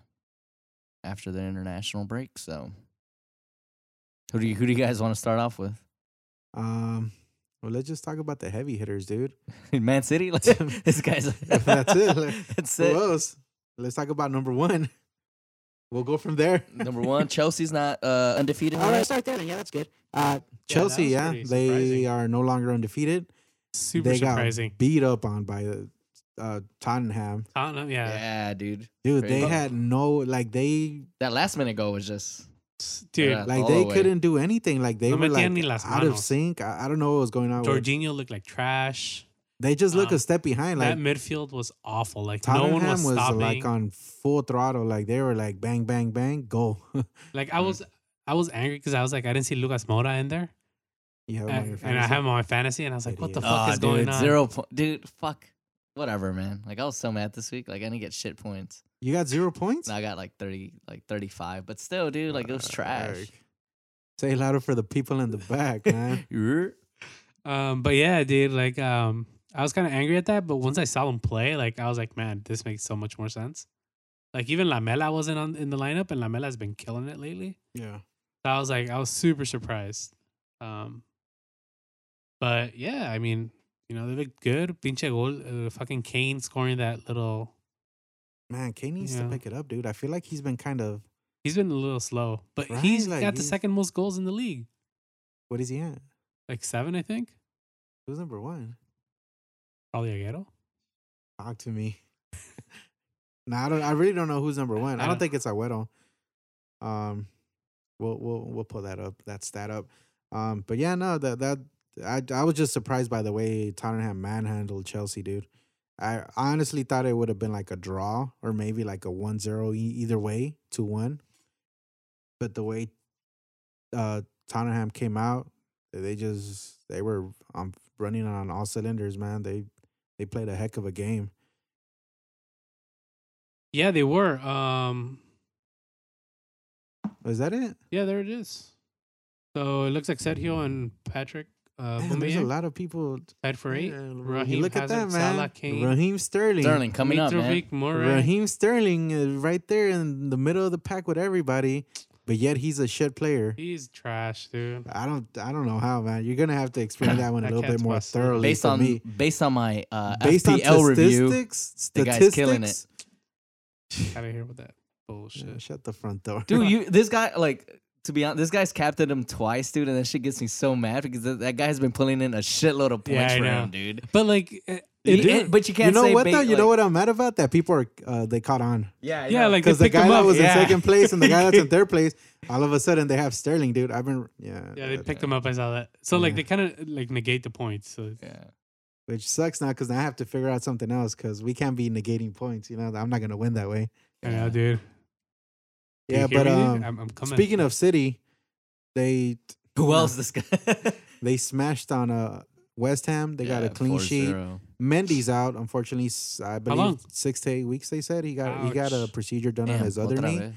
after the international break. So, who do you who do you guys want to start off with? um, well, let's just talk about the heavy hitters, dude. Man City. Let's, this guy's. That's it, like, That's Who it. else? Let's talk about number one. We'll go from there. Number one, Chelsea's not uh, undefeated. All right, right? start there. Then. Yeah, that's good. Uh, that Chelsea, was yeah, pretty surprising. they are no longer undefeated. super they surprising. got beat up on by uh, Tottenham. Tottenham, yeah. Yeah, dude. Dude, Crazy. they had no like they That last minute goal was just. S- Dude, Yeah. like All they the way. couldn't do anything. Like they No were metían like ni las out of manos. sync. I, I don't know what was going on. with- Jorginho looked like trash. they just look um, a step behind. that Like midfield was awful. Like Tottenham no one was, was, stopping. like Like, on full throttle. Like they were like bang, bang, bang, go. I was I was angry because I was like I didn't see Lucas Moura in there. you have Eh, And, and I have him on my fantasy and I was like, what the Idiot. fuck Ah, is dude, going on? Zero po- dude. Fuck. Whatever, man. Like I was so mad this week. Like I didn't get shit points. you got zero points. And I got like thirty, like thirty-five. But still, dude, like it was trash. Fuck. Say louder for the people in the back, man. Yer. Um but yeah, dude, like um I was kind of angry at that, but once I saw him play, like I was like, man, this makes so much more sense. Like even Lamela wasn't on in the lineup and Lamela's been killing it lately. yeah. So I was like, I was super surprised. Um, but yeah, I mean, You know, they looked good. Pinche gol, uh, fucking Kane scoring that little. Man, Kane needs Yeah. to pick it up, dude. I feel like he's been kind of He's been a little slow, but Right, he's like, got the he's- second most goals in the league, what is he at? like seven, I think. Who's number one? Probably Aguero. Talk to me. no, I don't I really don't know who's number one. I I don't don't- think it's Agüero. Um we'll we'll we'll pull that up, that stat up. Um but yeah, no, that that I I was just surprised by the way Tottenham manhandled Chelsea, dude. I honestly thought it would have been like a draw or maybe like a 1-0 e- either way, 2-1. But the way uh Tottenham came out, they just they were um, running on all cylinders, man. They they played a heck of a game. Yeah, they were. Um, Is that it? yeah, there it is. So it looks like Sergio and Patrick uh, Damn, there's a Aubameyang lot of people. tied for eight. Yeah, Raheem Hazard, Salah, Kane. Raheem Sterling. Sterling coming up, man. Mitrovic, Morey. Raheem Sterling is right there in the middle of the pack with everybody, but yet he's a shit player. He's trash, dude. I don't. I don't know how, man. You're gonna have to explain that one a That little bit cat's more busted. thoroughly Based for on me. based on my uh, Based on FPL review, statistics, the guy's killing it. statistics- Out of here with that Yeah, bullshit. shut the front door, dude. You this guy like to be honest, this guy's captained him twice, dude, and that shit gets me so mad because that, that guy has been pulling in a shitload of Yeah, points I for know. him, dude. But like, uh, You it- did- it- but you can't. You know say what ba- though? You know like- what I'm mad about? That people are uh, they caught on. Yeah, I yeah, know. like they Because the picked him guy that up, was yeah. in second place and the guy that's in third place, all of a sudden they have Sterling, dude. I've been yeah. Yeah, they that- picked him up. I saw that. So like, Yeah. they kind of like negate the points. So yeah. which sucks now because I have to figure out something else because we can't be negating points. You know, I'm not gonna win that way. I know, dude. Do you Yeah, hear but me, dude? um, I'm, I'm coming. speaking of City, they Who Yeah. else? This guy. they smashed on uh, West Ham. They got a Yeah, clean sheet. 4-0. Mendy's out, unfortunately. s- I believe long? six to eight weeks. They said he got he got a Ouch. procedure done Damn, on his other otra knee. vez.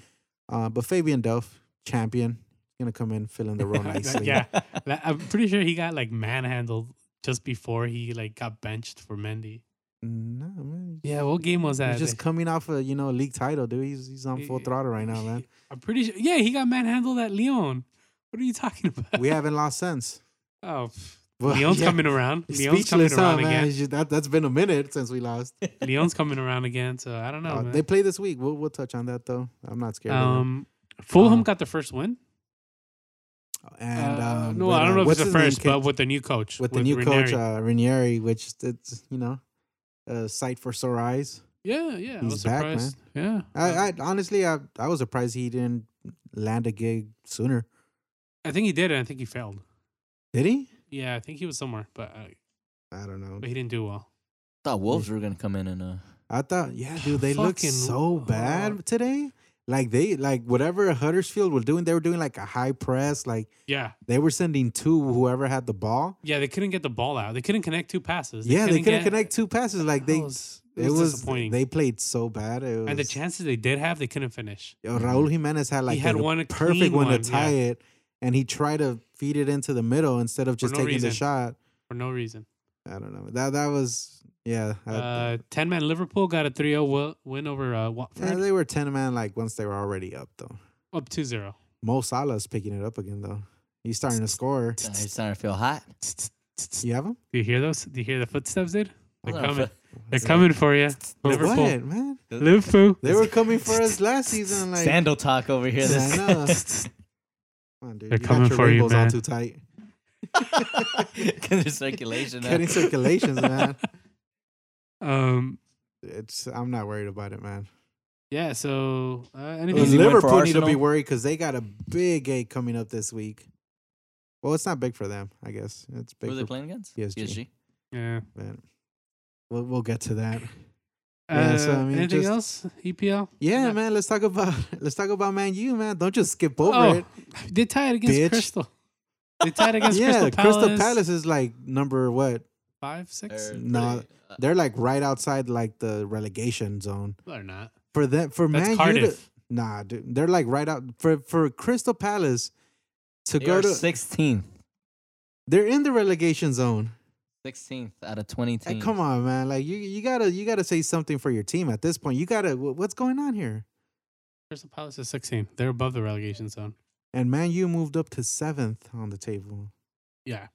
Uh, but Fabian Duff, champion, gonna come in fill in the role nicely. Yeah. Like, I'm pretty sure he got like manhandled just before he like got benched for Mendy. No man. Yeah, what game was that? He's just coming off a you know league title, dude. He's he's on full Yeah. throttle right now, man. I'm pretty sure. Yeah, he got manhandled at Leon. What are you talking about? We haven't lost since. oh, pff. Well, Leon's yeah. coming around. Leon's coming Speechless, huh, around man? again. It's just- that has been a minute since we lost. Leon's coming around again. So I don't know. Uh, man. they play this week. We'll we'll touch on that though. I'm not scared. of them. um, Fulham Uh, got their first win. And Uh, um, no, but, I uh, don't know if it's what's the his name first, came- but with the new coach, with the new coach Ranieri. uh, Ranieri, which it's you know a sight for sore eyes. yeah, yeah, I he's was back, man. surprised. Yeah, I, I honestly, I I was surprised he didn't land a gig sooner. I think he did, and I think he failed. Did he? Yeah, I think he was somewhere, but uh, I don't know. but he didn't do well. Thought Wolves were gonna come in and uh. I thought, yeah, dude, they look Fucking so oh. bad today. Like they like whatever Huddersfield were doing, they were doing like a high press. Like Yeah, they were sending two whoever had the ball. yeah, they couldn't get the ball out. They couldn't connect two passes. yeah, they couldn't get- connect two passes. Like That they, was, it it was, was disappointing. They played so bad. It was, and the chances they did have, they couldn't finish. Yo, Raul Jimenez had like had the one clean perfect one to one, tie yeah. it, and he tried to feed it into the middle instead of just no taking reason. the shot. for no reason. I don't know. That that was yeah. I- Uh, 10 man Liverpool got a 3 0 win over uh, Watford yeah, they were ten man like once they were already up though. up 2 0. Mo Salah's picking it up again though. He's starting to score. Nah, he's starting to feel hot. You have him? Do you hear those? Do you hear the footsteps, dude? They're I don't know, coming. They're like- coming for you. But Liverpool. What, man? Liverpool. They were coming for us last season. Like, Sandal talk over here. Yeah, This I know. Come on, dude. They're got coming your for you, rainbows all man. too tight. Cause there's circulation. Cutting Huh? circulations, man. Um, It's I'm not worried about it, man. yeah, so uh, Easy win anything. for Liverpool need to be Arsenal. worried because they got a big gate coming up this week. Well, it's not big for them, I guess. It's big Who are they for playing against? PSG. PSG. Yeah. but We'll, we'll get to that. Uh, Yeah, so, I mean, anything just- else? E EPL? Yeah, Yeah. man. Let's talk about let's talk about Man U, man. Don't just skip Oh, over it. Oh, they tied against bitch. Crystal. They tied against Yeah, Crystal Palace. is like number what? Five, six? Or No, they- uh, They're like right outside like the relegation zone. Or not. For that for That's Man U to, Cardiff. Nah, dude. They're like right out for for Crystal Palace to they go are to 16th. they're in the relegation zone. 16th out of 20 Hey, Mm. teams. come on, man! Like you, you gotta, you gotta say something for your team at this point. You gotta, wh- what's going on here? Crystal Palace is 16. They're above the relegation zone. And Man U moved up to seventh on the table. Yeah.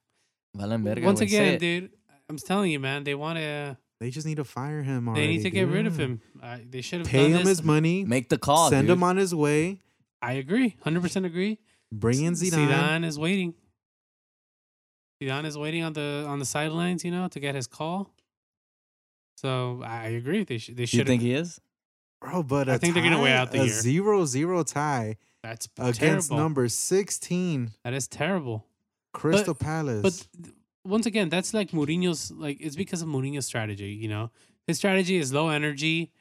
Valen verga, Once güey. Say again, it. dude, I'm telling you, man, they want to. They just need to fire him already. They need to get rid of dude. him. I, they should have Pay done him this. his money. Make the call. send dude. him on his way. I agree, hundred percent agree. Bring in Z- Zidane. Zidane is waiting. Zidane is waiting on the on the sidelines, you know, to get his call. So I agree. They should. They You should. think he is? Bro, but I a think they're gonna tie- wait out the a year. zero-zero tie That's p- against terrible. number 16 That is terrible. Crystal Palace. But th- once again, that's like Mourinho's. Like it's because of Mourinho's strategy. You know, his strategy is low energy,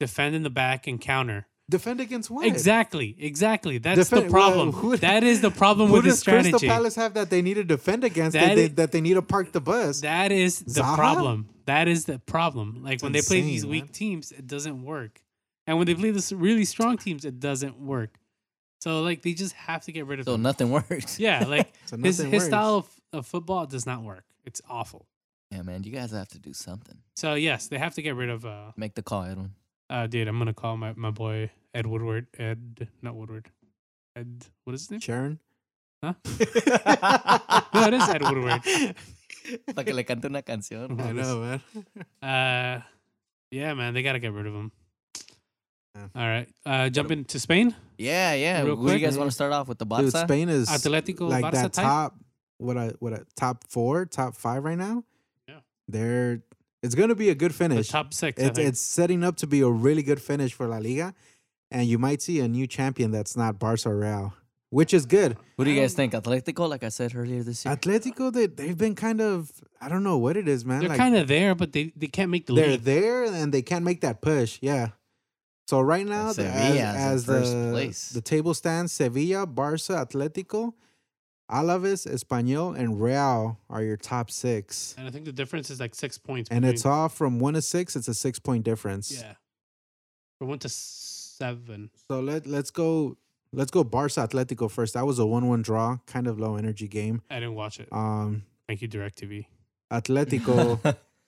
defend in the back and counter. defend against what? Exactly, exactly. That's the Defend- well, problem. who- that is the problem Who with his does Crystal strategy. Palace have that they need to defend against? That That, they, is- that they need to park the bus. That is the Zaha? problem. That is the problem. Like It's when they play these insane, weak man. teams, it doesn't work. And when they play this really strong teams, it doesn't work. So like they just have to get rid of So him. nothing works. Yeah, like So his, nothing his works. style of, of football does not work. It's awful. Yeah, man. You guys have to do something. So yes, they have to get rid of uh Make the call, Edwin. uh dude, I'm gonna call my, my boy Ed Woodward. Ed not Woodward. Ed what is his name? Sharon. Huh? no, it is Ed Woodward. Para que le cante una canción. I know, man. Uh yeah, man, they gotta get rid of him. Yeah. All right. Uh jumping to Spain. Yeah, yeah. Real Who do you quick. guys want to start off with? The Dude, Barca? Spain is Atletico like Barca that type? top what a what a top four, top five right now. Yeah. They're it's gonna be a good The finish. top six. I It's think. it's setting up to be a really good finish for La Liga, and you might see a new champion that's not Barca or Real, which is good. Who do you guys Um, think? Atletico, like I said earlier this year. Atletico, they they've been kind of I don't know what it is, man. They're like kind of there, but they, they can't make the they're league. there and they can't make that push. Yeah. So right now, the, as, Sevilla's in as first the place. the table stands, Sevilla, Barca, Atletico, Alaves, Espanyol, and Real are your top six, And I think the difference is like six points. and it's between- all from one to six. It's a six point difference. yeah, from one to seven. So let let's go let's go Barca Atletico first. That was a one one draw, kind of low energy game. I didn't watch it. Um, Thank you, Directv. Atletico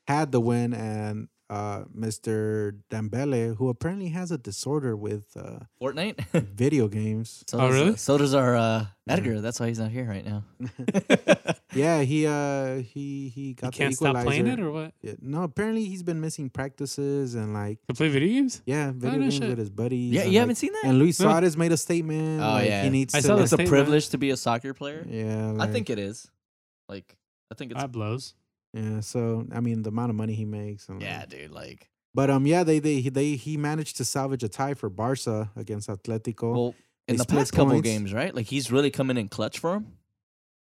had the win, and uh, Mr. Dembele, who apparently has a disorder with uh, Fortnite. video games. So Oh, does, really? So does our uh, Edgar. That's why he's not here right now. Yeah, he uh he he You got can't the stop equalizer. playing it or what? Yeah, no, apparently he's been missing practices and like To play video games? yeah, video Oh, no games shit. with his buddies. yeah, and, you like- haven't seen that? And Luis No. Suarez made a statement. Oh, like, yeah. he needs. I to, saw the like- it's a statement. privilege to be a soccer player. Yeah, I like- think it is. Like, I think it's. That blows. Yeah, so I mean the amount of money he makes. And yeah, like- dude. Like, but um, yeah, they they they he managed to salvage a tie for Barca against Atletico. well, they in the split past couple points. games, right? Like, he's really coming in clutch for him.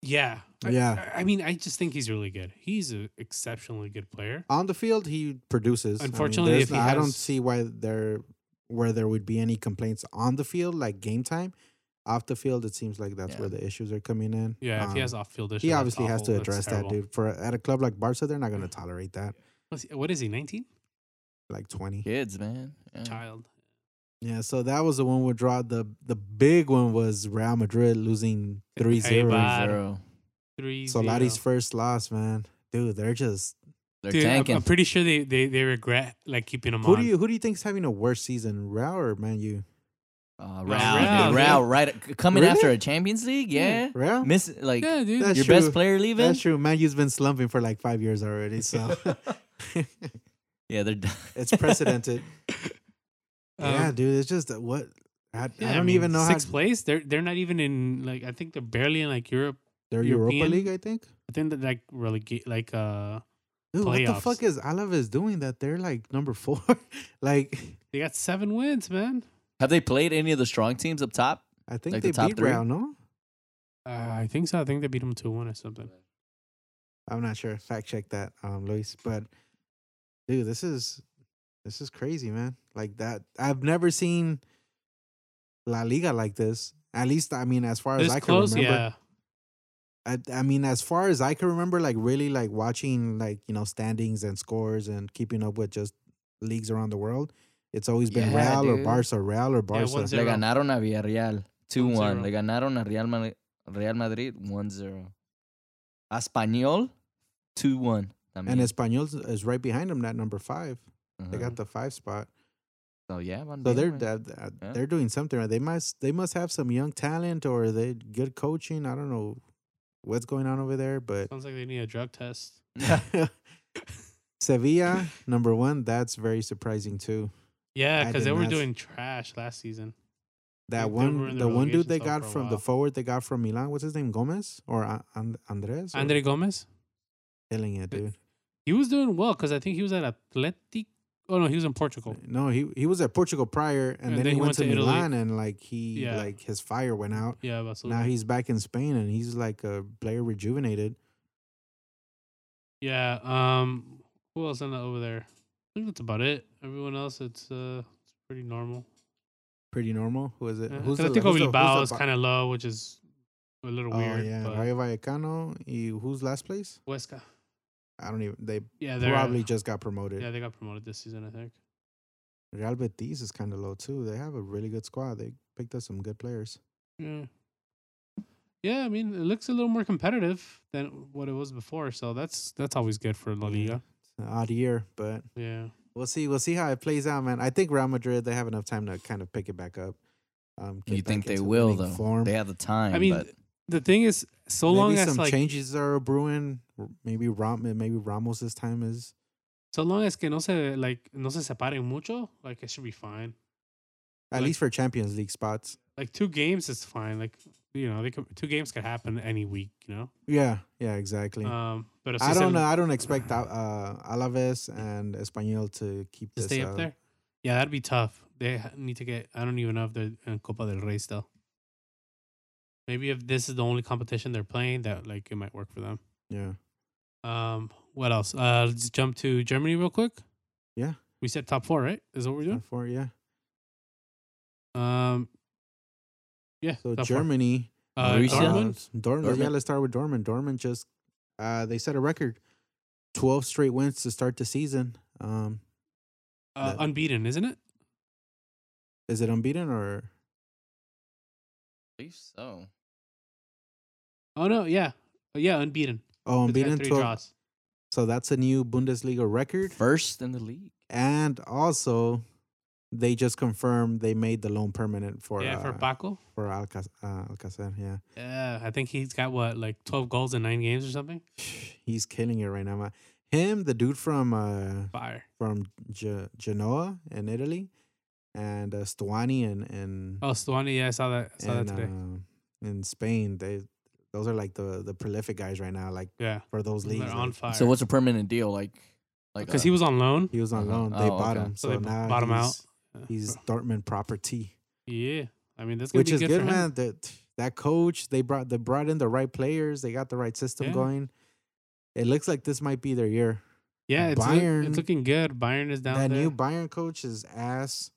Yeah. I- Yeah. I, I mean, I just think he's really good. He's an exceptionally good player. On the field, he produces. I mean, Unfortunately, there's- if he I don't has- see why there where there would be any complaints on the field, like game time. Off the field, it seems like that's Yeah. where the issues are coming in. Yeah. if he Um, has off field issues, he that's obviously has awful. to That's address that, terrible. dude. For at a club like Barca, they're not going to tolerate that. What's he- What is he? Nineteen? Like twenty. Yeah. Kids, man. Yeah. Child. so that was the one we draw. The the big one was Real Madrid losing 3-0. bye. Zero. Three. Solati's zero. first loss, man. Dude, they're just. They're Dude, I'm, tanking. I'm pretty sure they, they, they regret like keeping him Who on. do you who do you think's having a worse season, Real or Man U? uh, Real, Rao, dude. yeah. Rao, right? c- Coming Really? after a Champions League? Yeah. Real. Miss, like, yeah, dude. That's your true. best player leaving? That's true. Man U's been slumping for like five years already, so Yeah, they're done. it's precedented. Um, yeah, dude, it's just that what I, Yeah, I don't mean, even know how sixth place. They're they're not even in like I think they're barely in like Europe. they're Europa European? League, I think. I think that like relegate like uh Dude, what the Playoffs. fuck is Alaves doing that they're like number four? like they got seven wins, man. Have they played any of the strong teams up top? I think Like the they top beat three? Real, no? Uh, I think so. I think they beat them two one or something. I'm not sure. Fact check that, um, Luis. But dude, this is this is crazy, man. Like that I've never seen La Liga like this. At least I mean as far as It's I can close, remember. yeah. I, I mean, as far as I can remember, like really like watching like, you know, standings and scores and keeping up with just leagues around the world, it's always been Yeah, Real or dude. Barca, Real or Barca. one's- Le Zero. ganaron a Villarreal 2-1. One Le zero. ganaron a Real, Ma- Real Madrid 1-0. A Español 2-1. and Espanyol is right behind them at number 5 They Mm-hmm. got the five Uh-huh. spot. So yeah, Van So they're Basten. that- that- Yeah. they're doing something right. They must they must have some young talent or they good coaching. I don't know what's going on over there, but Sounds like they need a drug test. Oh, Sevilla number one. That's very surprising too. Yeah, I because did they were not s- doing trash last season. Like, they That were one, in the the one dude relegation they zone got for a from the while. forward they got from Milan. What's his name? Gomez or A- And- Andres? or- Andre Gomez, killing it, dude. he was doing well because I think he was at Athletic. Oh no, he was in Portugal. No, he he was at Portugal prior, and, then, he went, to, Italy. Milan, and like he Yeah. like his fire went out. Yeah, absolutely. Now he's back in Spain, and he's like a player rejuvenated. yeah. Um, who else on the- over there? I think that's about it. Everyone else, it's uh, it's pretty normal. Pretty normal. Who is it? Yeah. Uh, Who's the- Uh-huh. Atletico who's the- who's the Bilbao is bo- kind of low, which is a little Oh weird. yeah, but Rayo Vallecano. y- who's last place? Huesca. I don't even. They Yeah, they're probably just got promoted. yeah they got promoted this season. I think. Real Betis is kind of low too. They have a really good squad. They picked up some good players. Yeah. Yeah, I mean, it looks a little more competitive than what it was before, so that's that's always good for La Yeah. Liga. It's an odd year, but Yeah. we'll see. We'll see how it plays out, man. I think Real Madrid they have enough time to kind of pick it back up. Um, you get back think they into will winning though? form. They have the time. I mean, but The thing is, so maybe long some as like changes are brewing. R- Maybe Ram, maybe Ramos this time is. so long as que no se like no se separen mucho, like it should be fine. At Like- least for Champions League spots. Like two games is fine. Like you know, they could, two games could happen any week. You know. Yeah, yeah, exactly. Um, but if I se- don't know. I don't expect Al- uh, Alaves and Espanyol to keep to this stay up. up there. Yeah, that'd be tough. They ha- need to get. I don't even know if they're in Copa del Rey still. Maybe if this is the only competition they're playing, that like it might work for them. Yeah, Um, what else? Uh, let's jump to Germany real quick. Yeah. we said top four, right? Is that what we're yeah. doing. For, yeah. Um, yeah. So top four. Germany. Uh, Borussia? Dortmund. Uh, Dortmund. Yeah, Dortmund. let's start with Dortmund. Dortmund just uh, they set a record, twelve straight wins to start the season. Um, Uh, that- unbeaten, isn't it? is it unbeaten or I believe so. Oh no, yeah, Oh, yeah, unbeaten. 'cause oh they had unbeaten three twelve? draws. So that's a new Bundesliga record, First in the league. and also they just confirmed they made the loan permanent for yeah, for uh, Paco. for Alcaz- uh, Alcacer. Yeah, Yeah, I think he's got what like twelve goals in nine games or something. he's killing it right now. man. Him, the dude from uh, Fire. from Ge- Genoa in Italy, and uh, Stuani and and Oh, Stuani, yeah, I saw that. I saw and, that today. uh, in Spain, they those are like the the prolific guys right now. Like yeah, for those they're leagues, on like, fire. So what's a permanent deal like? Like uh, Because a- he was on loan. he was on Uh-huh. loan. They Oh, bought okay. him, so, So they now bought him out. he's- He's Dortmund property, yeah. I mean, that's gonna which be is good, good, for him. man. That that coach they brought they brought in the right players. They got the right system Yeah. going. It looks like this might be their year. Yeah, it's, look- Bayern- it's looking good. Bayern is down that there. new Bayern coach is ass.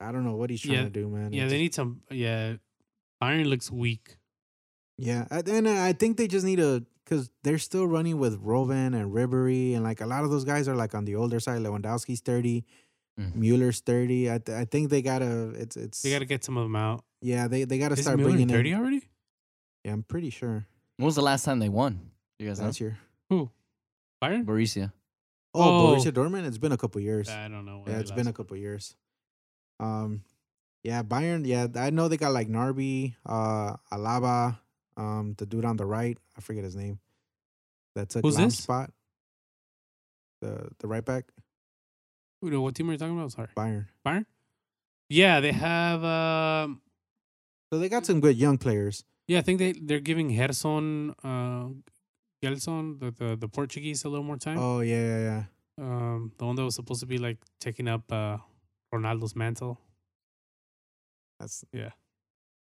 I don't know what he's trying Yeah. to do, man. yeah, It's- they need some. Yeah, Bayern looks weak. Yeah, I- and I think they just need to because they're still running with Roven and Ribery, and like a lot of those guys are like on the older side. Lewandowski's thirty, Mhm. Mueller's thirty. I th- I think they gotta it's it's Mm. They got to get some of them out. yeah they they gotta Is start Müller bringing thirty in. already? Yeah, I'm pretty sure When was the last time they won? You guys know? last year. Who? Bayern? Borussia. Oh, Oh. Borussia Dortmund. It's been a couple years. I don't know. when they yeah, it's been a last- couple years. Um, yeah, Bayern. Yeah, I know they got like Narby, uh, Alaba, um, the dude on the right. I forget his name. That took Who's Lam's this? spot. The the right back. Who, no, what team are you talking about? Sorry, Bayern. Bayern. Yeah, they have. um So they got some good young players. Yeah, I think they they're giving Gerson, uh, Gelson, the, the the Portuguese, a little more time. Oh yeah, yeah, yeah. Um, the one that was supposed to be like taking up uh Ronaldo's mantle. That's Yeah.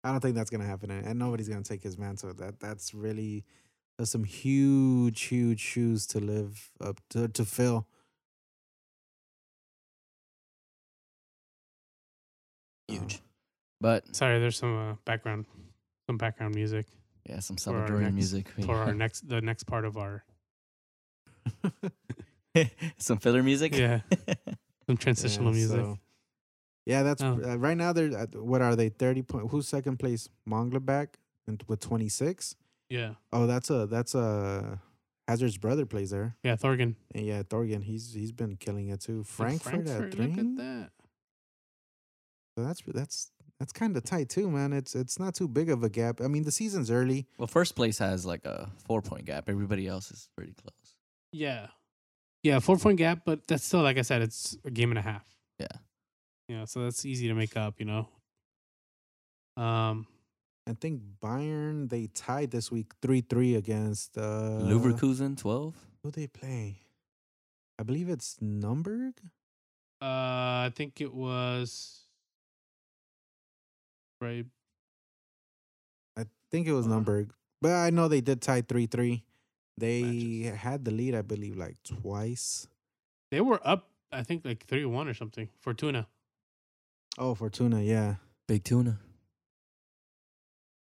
I don't think that's gonna happen, and and nobody's gonna take his mantle. That that's really there's some huge, huge shoes to live up to to fill. Huge. But Sorry, there's some uh, background, some background music yeah, some For our celebratory next- music. we- for our next, the next part of our some filler music. yeah, some Yeah, transitional music. so- yeah, that's Oh. uh, right now. They're at, what are they? Thirty point. Who's second place? Mongleback and with twenty six. Yeah, Oh, that's a that's a Hazard's brother plays there, yeah, Thorgan. and yeah, Thorgan. He's he's been killing it too. Look, Frankfurt, at Look three. at that. So that's that's That's kind of tight too, man. It's it's not too big of a gap. I mean, the season's early. Well, first place has like a four point gap. Everybody else is pretty close. Yeah. Yeah, four point gap, but that's still like I said, it's a game and a half. Yeah. Yeah, so that's easy to make up, you know. Um I think Bayern they tied this week three three against uh, Leverkusen twelve. Who they play? I believe it's Nuremberg. uh I think it was right I think it was Uh-huh. Mm-hmm. Nuremberg, but I know they did tie three three. They Matches. had the lead, I believe, like twice. they were up I think like three one or something. Fortuna. Oh, Fortuna, yeah, Big tuna.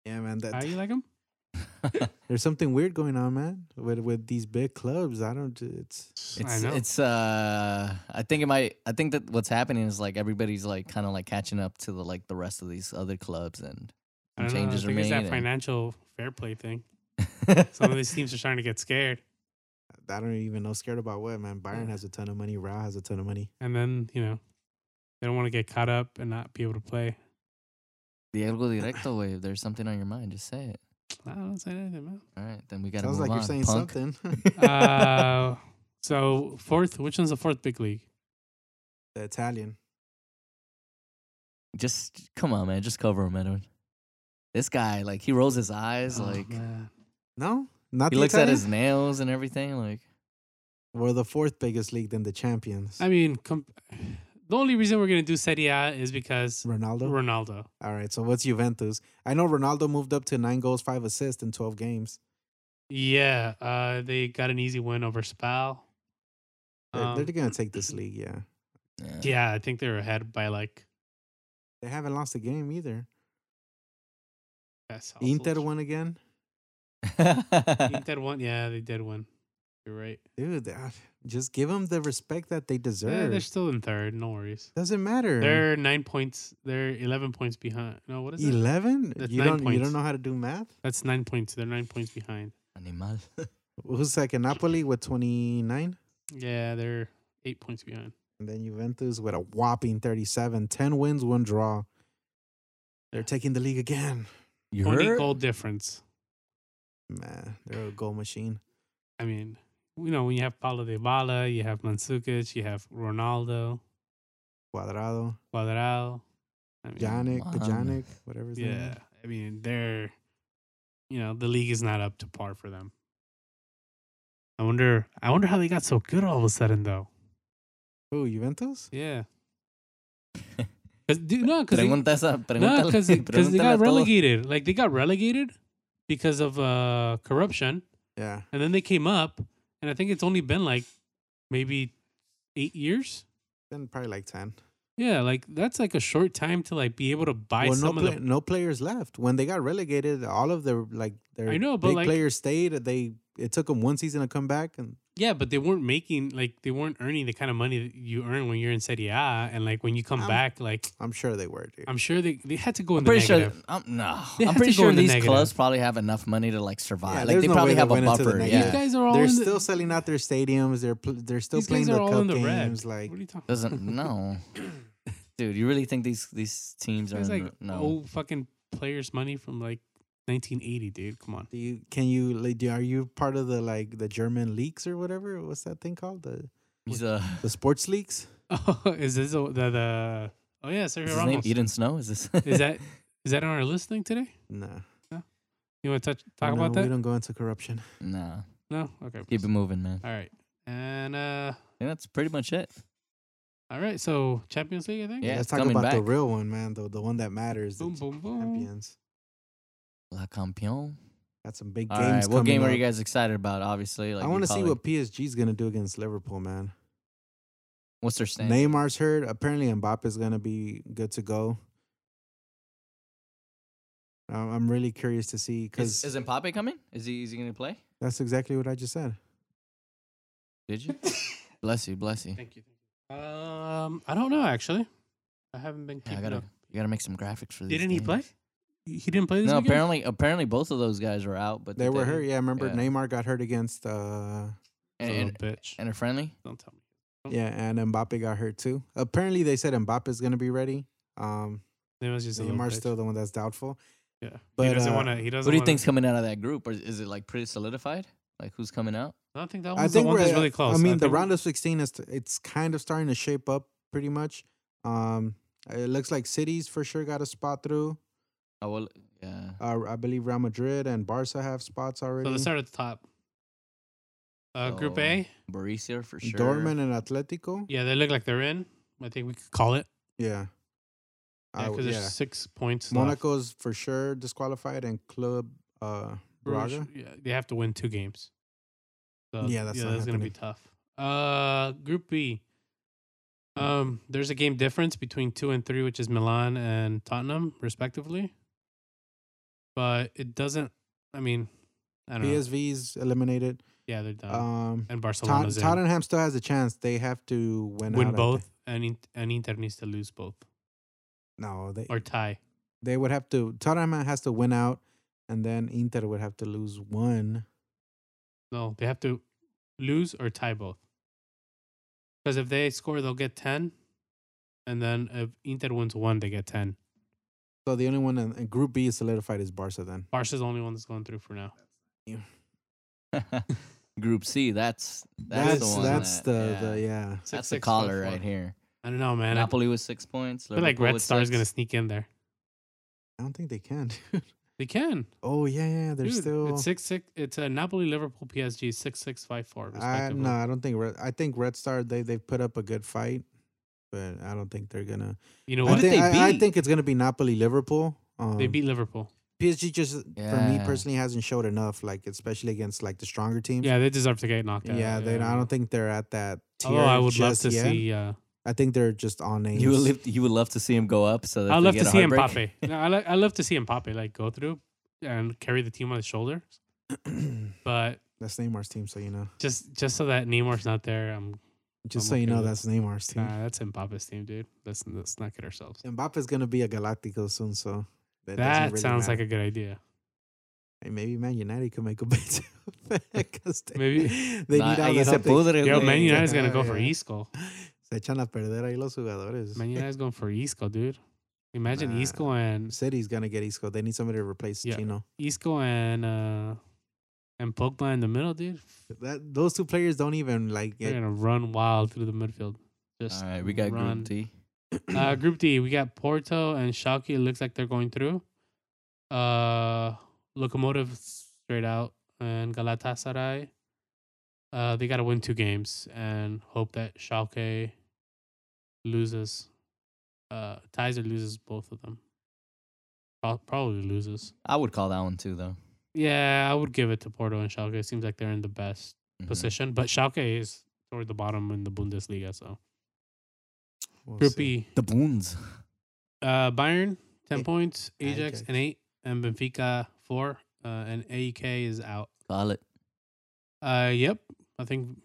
yeah, man. That How you like them? there's something weird going on, man, with with these big clubs. I don't. It's I It's know. it's uh I think it might I think that what's happening is like everybody's like kind of like catching up to the like the rest of these other clubs and I don't know, changes I think it's remain that and- financial fair play thing. Some of these teams are starting to get scared. I don't even know. Scared about what, man? Byron Yeah. has a ton of money. Ra has a ton of money. And then, you know, they don't want to get caught up and not be able to play. the algo directo way. If there's something on your mind, just say it. I don't say anything, man. All right, then we got to Sounds move like on. you're saying punk. something. uh, so fourth, which one's the fourth big league? the Italian. Just come on, man. Just cover him, Edwin. This guy, like, he rolls his eyes, Oh, like man. No, not he the looks at Italian? his nails and everything. Like, We're the fourth biggest league than the champions. I mean, com- the only reason we're gonna do Serie A is because Ronaldo. Ronaldo. All right, so what's Juventus? I know Ronaldo moved up to nine goals, five assists in twelve games. Yeah, uh, they got an easy win over Spal. They're, Um, they're gonna take this league, yeah. yeah. yeah, I think they're ahead by like. They haven't lost a game either. that's also- Inter won again, Inter won. Yeah, they did win. You're right. dude. ah, Just give them the respect that they deserve. Yeah, they're still in third. No worries. Doesn't matter. They're nine points. They're eleven points behind. No, what is it? eleven. That's You nine don't. You points. don't know how to do math. That's nine points. They're nine points behind. Animal. Who's second? Napoli with twenty nine, Yeah, they're eight points behind. and then Juventus with a whopping 37. 10 wins, one draw. They're Yeah. taking the league again. You Only heard? goal difference. Man, they're a goal machine. I mean, you know, when you have Paulo Dybala, you have Mandzukic, you have Ronaldo, Cuadrado, Cuadrado. I mean, Janic, Wow. Pjanic, whatever. His Name yeah. is. I mean, they're, you know, the league is not up to par for them. I wonder. I wonder how they got so good all of a sudden, though. Who Juventus? Yeah. Cause, dude, no, because Pregunta no, esa- pregúntale- because they pregúntale a got todos. relegated. Like they got relegated because of uh corruption. Yeah, And then they came up, and I think it's only been like maybe eight years. then probably like ten. Yeah, like that's like a short time to like be able to buy well, no, some of play- no players left when they got relegated. All of their like their I know, but, big like- players stayed. uh, They it took them one season to come back, and the yeah, but they weren't making like they weren't earning the kind of money that you earn when you're in Serie A, and like when you come I'm- back, like I'm sure they were. Dude. I'm sure they they had to go in I'm the pretty sure. negative. I'm, no, They I'm have pretty to go sure in the these negative. clubs probably have enough money to like survive. Yeah, like there's they no probably way they have a went into the buffer. negative. yeah, These guys are all they're in still the, selling out their stadiums. They're pl- they're still these playing guys the are all in cup the red. games. Like what are you talking? doesn't no, dude. You really think these these teams are It's in like the- no? old fucking players' money from like 1980, dude. Come on. do you can you like, do, are you part of the like the German leagues or whatever? What's that thing called the He's uh, a. the sports leagues? Oh, is this the the, the oh yeah, Is Sergio his name Ramos? Eden Snow? Is this? Is that is that on our list thing today? No, You want to touch, talk Oh, no, about We that? don't go into corruption. nah? No. Okay. Keep it moving, man. All right. And uh Yeah, that's pretty much it. all right, so Champions League, I think. Yeah, Let's it's talk coming about the back. real one, man. The the one that matters. the Boom, boom, boom. champions. La Campeon. Got some big All games. right, what coming game up. are you guys excited about? Obviously, like I you want to see probably- what PSG's gonna do against Liverpool, man. what's their stance. Neymar's hurt. Apparently, Mbappe's gonna be good to go. Um, I'm really curious to see Is, because is Mbappe coming? Is he is he gonna play? that's exactly what I just said. Did you? bless you, bless you. Thank you. Thank you. Um I don't know actually. I haven't been Yeah, I keeping gotta up. you gotta make some graphics for these. Didn't he play? games. He he didn't play this No, weekend? apparently apparently both of those guys were out, but They the were day- hurt. Yeah, remember yeah. Neymar got hurt against. Uh, and, Little and, bitch. and are friendly. don't tell me. yeah, and Mbappe got hurt too. Apparently, they said Mbappe's gonna be ready. Um, Neymar's just a little Neymar's bitch. still the one that's doubtful. Yeah, he but, doesn't uh, want to. He doesn't. What do you wanna- think's coming out of that group, or is it like pretty solidified? Like who's coming out? I don't think that I one's think the one that's we're- really close. I mean, the think- round of 16 is it's kind of starting to shape up pretty much. Um, it looks like cities for sure got a spot through. I will. Yeah. Uh, I believe Real Madrid and Barca have spots already. So let's start at the top. Uh, Group So, A. Borussia for sure. Dortmund and Atletico. Yeah, they look like they're in. I think we could call it. Yeah. I Yeah, w- because there's six points. left. Monaco's for sure disqualified and Club uh, Bruges, Braga. Yeah, they have to win two games. So, Yeah, that's not gonna be tough. Uh, Group B. Um, there's a game difference between two and three, which is Milan and Tottenham, respectively. But it doesn't. I mean, I don't know. PSV's eliminated. Yeah, they're done. Um, and Tot- Barcelona's in. Tottenham still has a chance. They have to win. win out, I both, think. and In- and Inter needs to lose both No, they or tie. they would have to. Tottenham has to win out, and then Inter would have to lose one. No, they have to lose or tie both. Because if they score, they'll get ten, and then if Inter wins one, they get ten. So the only one in, in Group B is solidified is Barca. Then Barca's the only one that's going through for now. Group C. That's that's, that's the one. that's that- the, yeah. the yeah. Six, that's the six, five, collar four. right here. I don't know, man. I Napoli with six points. feel like Liverpool Red with Star's six. gonna sneak in there. I don't think they can. They can. oh yeah, yeah. They're Dude, still. it's six six. It's uh, Napoli, Liverpool, PSG, six six five four. I Respectively. no, I don't think. Red, I think Red Star they they've put up a good fight, but I don't think they're gonna. You know I what? did think, they I, I beat? think it's gonna be Napoli Liverpool. Um, they beat Liverpool. PSG. Just for me Yeah. personally hasn't showed enough, like especially against like the stronger teams. Yeah, they deserve to get knocked out. yeah. They, I don't think they're at that tier. Oh, I would love just to yet. see. Uh, I think they're just on names. You would live, you would love to see him go up. So that I they love get to a see heartbreak. Mbappe. no, I like. I love to see Mbappe like go through and carry the team on his shoulders. But that's Neymar's team, so you know. just just so that Neymar's not there, I'm Just I'm so you okay know, with- that's Neymar's team. nah, that's Mbappe's team, dude. Let's let's not kid ourselves. Mbappe's gonna be a Galactico soon, so that, That sounds like a good idea. a maybe Man United could make a bid because they, Maybe. they Nah, need all ahí the se help they- pudre, Yo, güey. Man United's gonna go yeah. for Isco. Se echan a perder ahí los jugadores. Man United's going for Isco, dude. Imagine Nah. Isco and City's gonna get Isco. They need somebody to replace Yeah. Chino. Isco and uh and Pogba in the middle, dude. That those two players don't even like They're get gonna run wild through the midfield. Just All right, we got run. Group D. Uh, group D, we got Porto and Schalke. It looks like they're going through. Uh, Locomotive straight out and Galatasaray. Uh, they got to win two games and hope that Schalke loses, uh, ties or loses both of them. Pro- Probably loses. I would call that one too, though. Yeah, I would give it to Porto and Schalke. It seems like they're in the best Mm-hmm. Mhm. position, but Schalke is toward the bottom in the Bundesliga. So we'll Group see. E, The Boons. Uh, Bayern ten Yeah. points, Ajax Ajax. and eight, and Benfica four, uh, and AEK is out. Call it. Uh, yep, I think.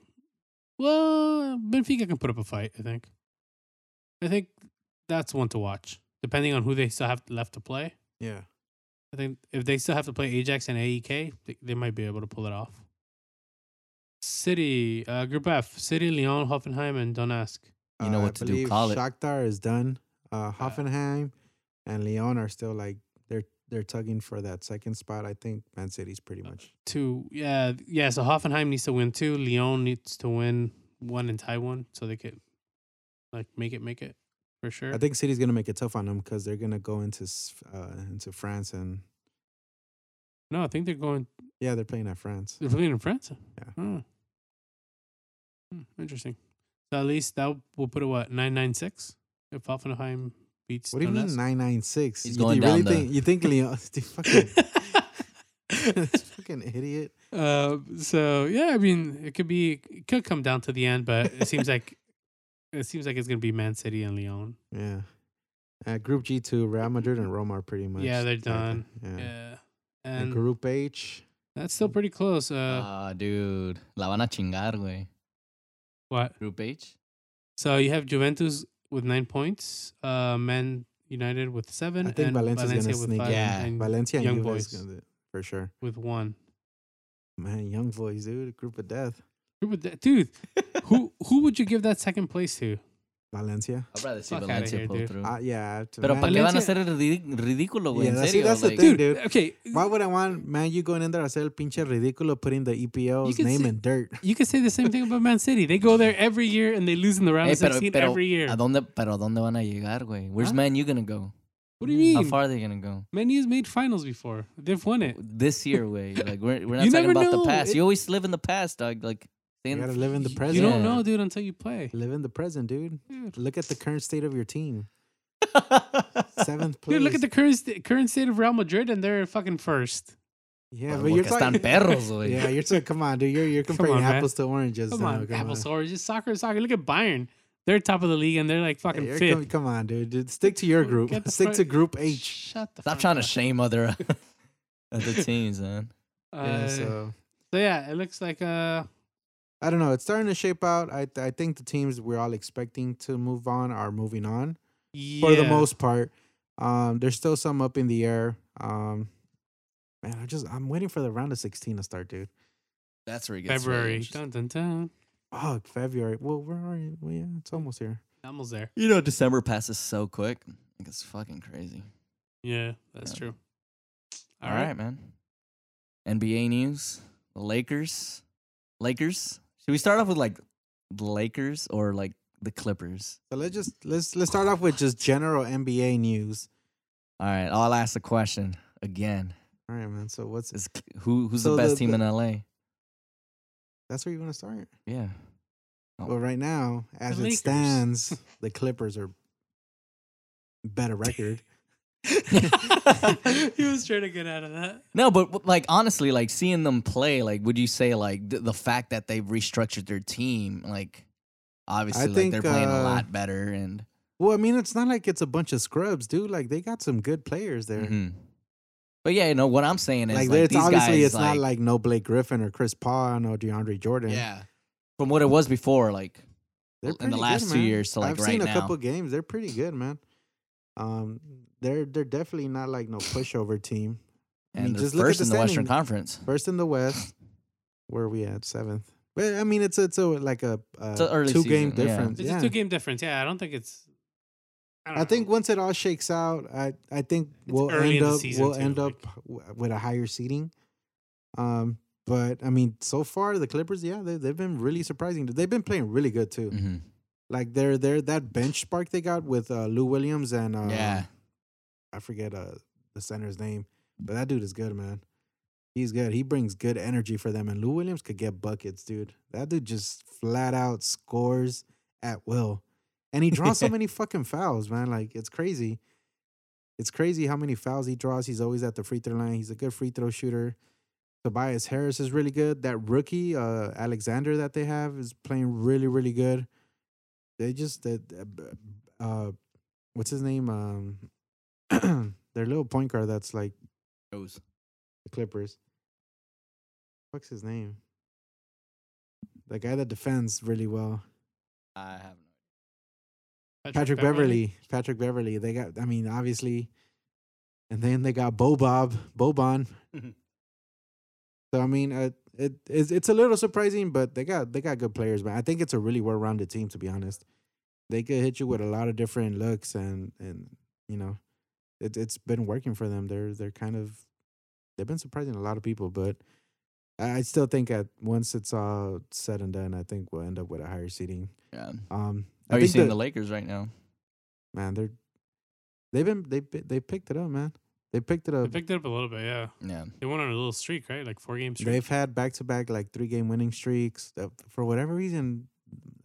Well, Benfica can put up a fight. I think. I think that's one to watch, depending on who they still have left to play. Yeah. I think if they still have to play Ajax and AEK, they, they might be able to pull it off. City, uh, Group F: City, Lyon, Hoffenheim, and Donetsk. You know Uh, I what to do. believe Call it. Shakhtar is done. Uh, Hoffenheim and Leon are still like they're they're tugging for that second spot. I think Man City's pretty Uh, much. Two, yeah, yeah. So Hoffenheim needs to win two. Lyon needs to win one and tie one, so they could like make it, make it for sure. I think City's gonna make it tough on them because they're gonna go into s- uh, into France and no, I think they're going. yeah, they're playing at France. They're playing in France. Yeah. Huh. Hmm, interesting. So at least that will put it what nine nine six if Hoffenheim beats. What do you mean nine nine six? He's you going you really down the- think you think Leon? Dude, fucking, this fucking idiot. Uh, so yeah, I mean, it could be, it could come down to the end, but it seems like it seems like it's gonna be Man City and Lyon. Yeah. Uh, group G two, Real Madrid and Roma are pretty much. Yeah, they're tied down. done. Yeah, And and Group H, that's still pretty close. Uh, Ah, dude. La van a chingar, güey. what? Group H. So you have Juventus with nine points, uh, Man United with seven, I think and Valencia's Valencia gonna with sneak five, in. Yeah, and Valencia, and Young Young Boys Boys. for sure. with one. Man, Young Boys, dude, Group of Death. Who would that- Dude, who who would you give that second place to? Valencia. I'd rather see Fuck outta Valencia here, pull dude. through. Uh, yeah. to Pero Man para qué van a Valencia- hacer el ridi- ridículo, güey. en Yeah, that's- serio, that's the like- thing. dude. dude. Okay, Why would I want man you going in there I said pinche ridículo putting the EPL's can name see- in dirt? you could say the same thing about Man City. They go there every year and they lose in the round Hey, of pero, 16 pero, every year. ¿a dónde, pero ¿a dónde van a llegar, güey? Where's Huh? Man U gonna go? What do you How mean? far are they gonna go? Man U's made finals before. They've won it. This year, way. Like we're we're not You talking never about the know. past. It- you always live in the past, dog. Like stay You in the gotta live in the future. present. You don't Yeah. know, dude, until you play. Live in the present, dude. Dude, Look at the current state of your team. Seventh place. Dude, look at the current st- current state of Real Madrid, and they're fucking first. yeah, Porque but you're están talking. perros, güey. Yeah, you're talking. Come on, dude. You're you're Come comparing on, man. apples to oranges. Come now, on, apples, oranges, soccer, soccer. Look at Bayern. They're top of the league, and they're like fucking You're fifth. com- Come on, dude. Dude, Stick to your Get group. the Stick fuck- to Group H. Shut the. Stop fuck trying to up. shame other other teams, man. Uh, Yeah, so. so yeah, it looks like uh, I don't know. It's starting to shape out. I I think the teams we're all expecting to move on are moving on. for the yeah. most part. Um, there's still some up in the air. Um, man, I just I'm waiting for the round of 16 to start, dude. That's where it gets really February. interesting. Dun, dun, dun. Oh, February. Well, where are you? Well, yeah, it's almost here. Almost there. You know, December passes so quick. Like, It's fucking crazy. Yeah, that's Yeah. true. All right. man. NBA news. The Lakers. Lakers. Should we start off with like the Lakers or like the Clippers? So let's just let's let's start off with just general NBA news. All right, I'll ask the question again. All right, man. So what's Is who who's So the best the- team the- in LA? that's where you want to start? Yeah. Well, right now, as it Lakers. stands, the Clippers are better record. he was trying to get out of that. No, but w- like honestly, like seeing them play, like would you say like th- the fact that they've restructured their team, like obviously like think, they're playing a uh, lot better and well, I mean, it's not like it's a bunch of scrubs, dude. Like they got some good players there. Mhm. But yeah, you know what I'm saying is Like, like, it's these obviously guys it's like, not like no Blake Griffin or Chris Paul or DeAndre Jordan. yeah. From what it was before, like They're in the pretty good, last two man. years to, like, I've right seen a now. couple games. They're pretty good, man. Um, they're they're definitely not like no pushover team. I and mean, they're just look at first the in the Western standing. Conference. First in the West, where are we at seventh. But I mean, it's it's a like a, a early two game season, yeah. difference. It's Yeah. a two game difference. Yeah, I don't think it's. don't I think know. once it all shakes out, I I think It's we'll early end in the up season, we'll too, end like- up w- with a higher seating. Um, but I mean, so far the Clippers, yeah, they they've been really surprising. They've been playing really good too. hmm Like they're they're that bench spark they got with uh, Lou Williams and uh, yeah. I forget uh the center's name, but that dude is good, man. He's good. He brings good energy for them, and Lou Williams could get buckets, dude. That dude just flat out scores at will, and he draws so many fucking fouls, man. Like it's crazy. It's crazy how many fouls he draws. He's always at the free throw line. He's a good free throw shooter. Tobias Harris is really good. That rookie uh, Alexander that they have is playing really, really good. They just that uh, uh, what's his name? Um, their little point guard that's like Goes. the Clippers. What's his name? The guy that defends really well. I have Patrick Beverly. Patrick Beverly. They got I mean, obviously. And then they got Bobob, Boban. so I mean, uh, it it's, it's a little surprising, but they got they got good players, man. I think it's a really well-rounded team to be honest. They could hit you with a lot of different looks and and you know, it it's been working for them. They're they're kind of they've been surprising a lot of people, but I I still think at once it's all said and done, I think we'll end up with a higher seating. yeah. Um, I How Are you think seeing the- the Lakers right now? man, they're they've been they pi- they picked it up, man. They picked it They up. picked it up a little bit, yeah. Yeah. They went on a little streak, right? Like four game streak. They've had back to back like three game winning streaks. Uh, For whatever reason,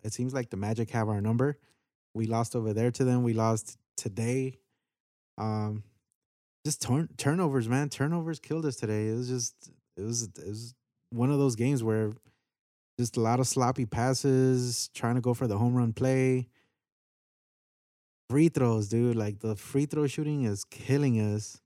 it seems like the Magic have our number. We lost over there to them. We lost today. Um, just turn turnovers, man. Turnovers killed us today. It was just it was it was one of those games where just a lot of sloppy passes, trying to go for the home run play. Free throws, dude. Like the free throw shooting is killing us.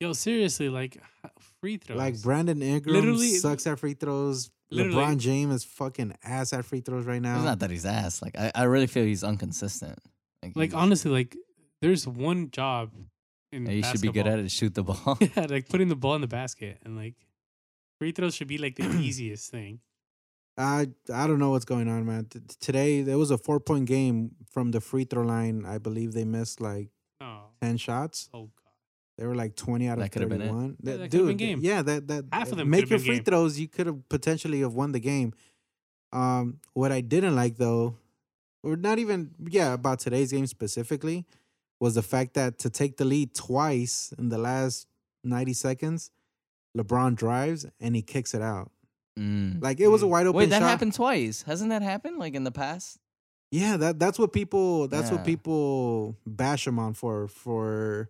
Yo, seriously, like h- free throws. Like Brandon Ingram Literally- sucks at free throws. Literally- LeBron James is fucking ass at free throws right now. It's not that he's ass. Like I, I really feel he's inconsistent. like he's- honestly, like there's one job in yeah, you should be good at it. Shoot the ball. Yeah, like putting the ball in the basket and like free throws should be like the easiest thing. I I don't know what's going on, man. T- today there was a four point game from the free throw line. I believe they missed like Oh, ten shots. oh god. They were like twenty out of That could've been it. thirty-one. Yeah, That- that could've dude, been game. yeah, that that Half of them make could've your been free game. throws. You could have potentially have won the game. Um, what I didn't like though, or not even yeah, about today's game specifically, was the fact that to take the lead twice in the last ninety seconds, LeBron drives and he kicks it out. Mm. Like it was a Mm. wide open Wait, that shot. happened twice. Hasn't that happened like in the past? Yeah, that that's what people that's Yeah. what people bash him on for for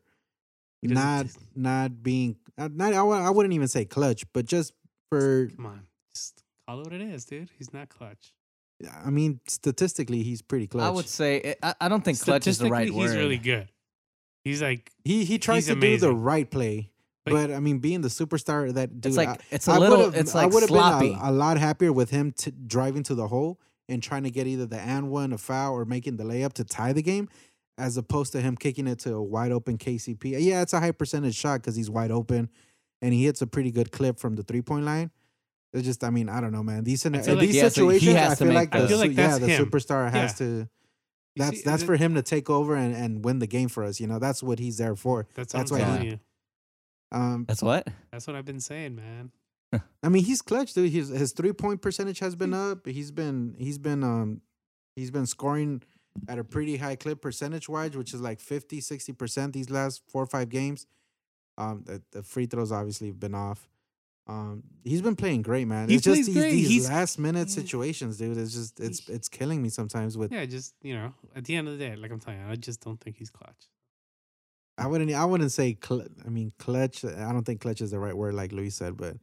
He doesn't not just- not being uh, not I, wa- I wouldn't even say clutch, but just for Come on, just call it what it is, dude. He's not clutch. I mean statistically he's pretty clutch. I would say I, I don't think clutch is the right Statistically, word. He's really good. He's like he he tries he's to do the amazing. right play, But- but, I mean being the superstar that dude, it's I- like it's a I little. would've- It's I like would've been a- sloppy. a, lot happier with him t- driving to the hole and trying to get either the and one, a foul, or making the layup to tie the game, as opposed to him kicking it to a wide open KCP. Yeah, it's a high percentage shot because he's wide open, and he hits a pretty good clip from the three point line. It's just, I mean, I don't know, man. These in I feel like- these Yeah, so he situations, has I to feel make like, the- the, I feel su- like yeah, that's the him. superstar has Yeah. to. You That's see, that's that- for him to take over and, and win the game for us. You know, that's what he's there for. That's, what that's I'm why he- telling you. Um, That's what. That's what I've been saying, man. I mean, he's clutch, dude. His his three point percentage has been up. He's been he's been um he's been scoring at a pretty high clip percentage wise, which is like 50, 60 percent these last four or five games. Um, the, the free throws obviously have been off. Um, he's been playing great, man. He it's just plays these, great. these He's- last minute yeah. situations, dude. It's just it's it's killing me sometimes. With Yeah, just you know, at the end of the day, like I'm telling you, I just don't think he's clutch. I wouldn't I wouldn't say cl- I mean clutch. I don't think clutch is the right word, like Luis said, but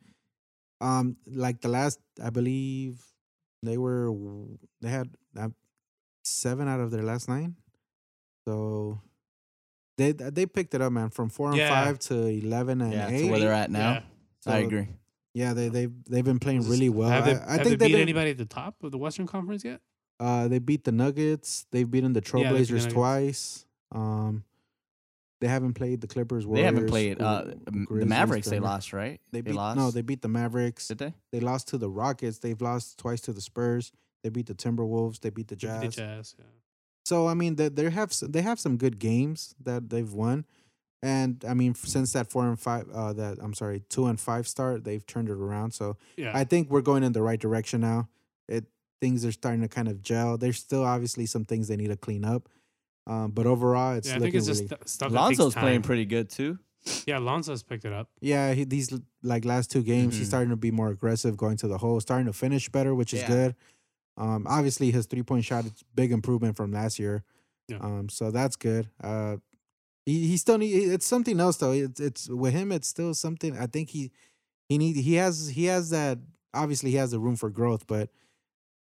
um, like the last I believe they were w- they had uh, seven out of their last nine, so they th- they picked it up, man, from four and Yeah. five to eleven and Yeah, to eight. where they're at now. Yeah. I So, agree. Yeah, they they they've been playing Just- really well. have they, I, I have think they they've beat been- anybody at the top of the Western Conference yet? Uh, they beat the Nuggets. They've beaten the Yeah, they beat the Trailblazers Nuggets. twice. Um, they haven't played the Clippers. They Warriors, haven't played uh, Gri- m- the Grizzlies, Mavericks. They Denver. lost, right? They beat lost. no, they beat the Mavericks. did they? They lost to the Rockets. They've lost twice to the Spurs. They beat the Timberwolves. They beat the They Jazz. beat The Jazz. Yeah. So I mean, they they have s- they have some good games that they've won, and I mean f- since that four and five, uh, that I'm sorry, two and five start, they've turned it around. So Yeah. I think we're going in the right direction now. It things are starting to kind of gel. There's still obviously some things they need to clean up, um, but overall, it's yeah, I looking think it's just really. stu- stuff. Lonzo's playing pretty. pretty good too. Yeah, Lonzo's picked it up. yeah, he, these l- like last two games, Mhm. Mm-hmm. he's starting to be more aggressive, going to the hole, starting to finish better, which is Yeah. good. Um, obviously, his three point shot is big improvement from last year. Yeah. Um, so that's good. Uh, he, he still need it's something else though. It's it's with him. It's still something. I think he he need he has he has that. Obviously, he has the room for growth, but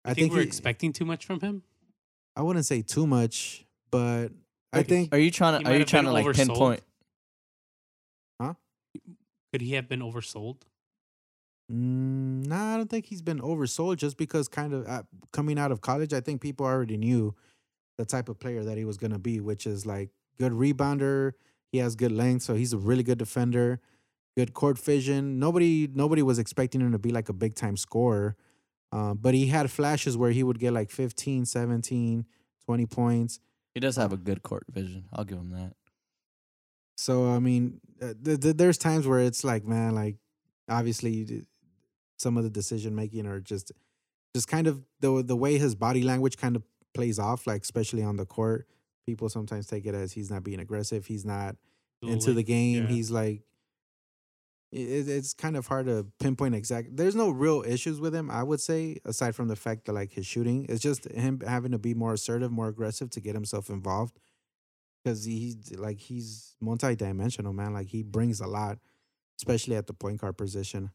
I, think, we're he- expecting too much from him. I wouldn't say too much, but I Like, think Are you trying He to? might Are you have trying to been like oversold. pinpoint? Could he have been oversold? Mm, nah, I don't think he's been oversold just because kind of uh, coming out of college, I think people already knew the type of player that he was going to be, which is like good rebounder. He has good length, so he's a really good defender, good court vision. Nobody nobody was expecting him to be like a big time scorer. Uh, but he had flashes where he would get like 15, 17, 20 points. He does have a good court vision. I'll give him that. So I mean, uh, th- th- there's times where it's like, man, like obviously you d- some of the decision making are just, just kind of the the way his body language kind of plays off, like especially on the court. People sometimes take it as he's not being aggressive, he's not into the Like, game. yeah. He's like, it, it's kind of hard to pinpoint exact. There's no real issues with him, I would say, aside from the fact that like his shooting, it's just him having to be more assertive, more aggressive to get himself involved. Because he's like he's multidimensional, man. Like he brings a lot, especially at the point guard position.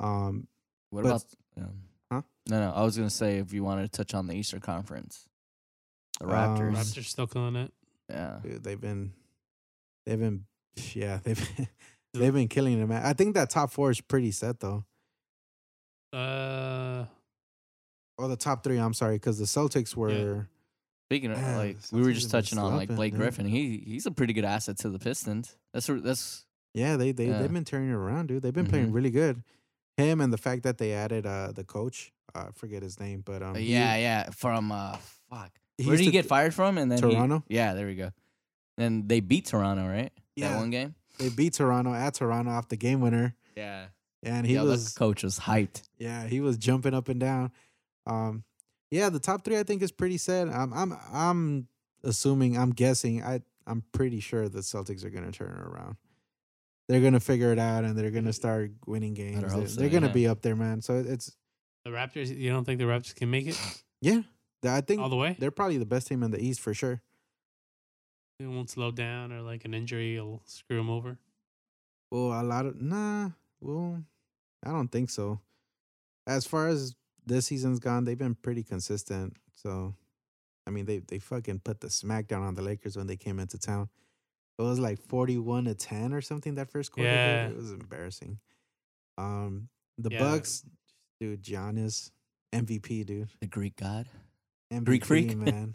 Um, What But- about? Um, Huh? No, no. I was gonna say if you wanted to touch on the Eastern Conference, the Raptors. Um, Raptors still killing it. Yeah. dude, eh, they've been, they've been, yeah, they've been, they've been killing it, man. I think that top four is pretty set though. Uh, Or the top three, I'm sorry, because the Celtics were. Speaking of Yeah, like, the we were Celtics just have been touching on like slapping, Blake dude. Griffin. He he's a pretty good asset to the Pistons. That's a- that's Yeah, they they Yeah. they've been turning it around, dude. They've been Mhm. playing really good. him and the fact that they added uh the coach. Uh, I forget his name, but um, Uh, he- yeah, yeah. From uh, fuck. he Where used did he to- get fired from? And then he- Toronto? yeah, there we go. And they beat Toronto, right? Yeah, That one game. they beat Toronto at Toronto off the game winner, Yeah. and he Yo, was the coach was hyped. Yeah, he was jumping up and down. Um, yeah, the top three I think is pretty set. I'm I'm I'm assuming, I'm guessing, I I'm pretty sure the Celtics are gonna turn it around. They're gonna figure it out and they're gonna start winning games. hope They're, so, they're gonna yeah. be up there, man. So it's The Raptors. You don't think the Raptors can make it yeah, th- I think all the way? they're probably the best team in the East for sure. It won't slow down, or like an injury will screw them over. Well, a lot of nah. Well, I don't think so. As far as this season's gone, they've been pretty consistent. So, I mean, they they fucking put the smackdown on the Lakers when they came into town. It was like forty-one to ten or something that first quarter. dude. Yeah. It was embarrassing. Um, the Yeah. Bucks, dude, Giannis MVP, dude, The Greek god. MVP, freak. man.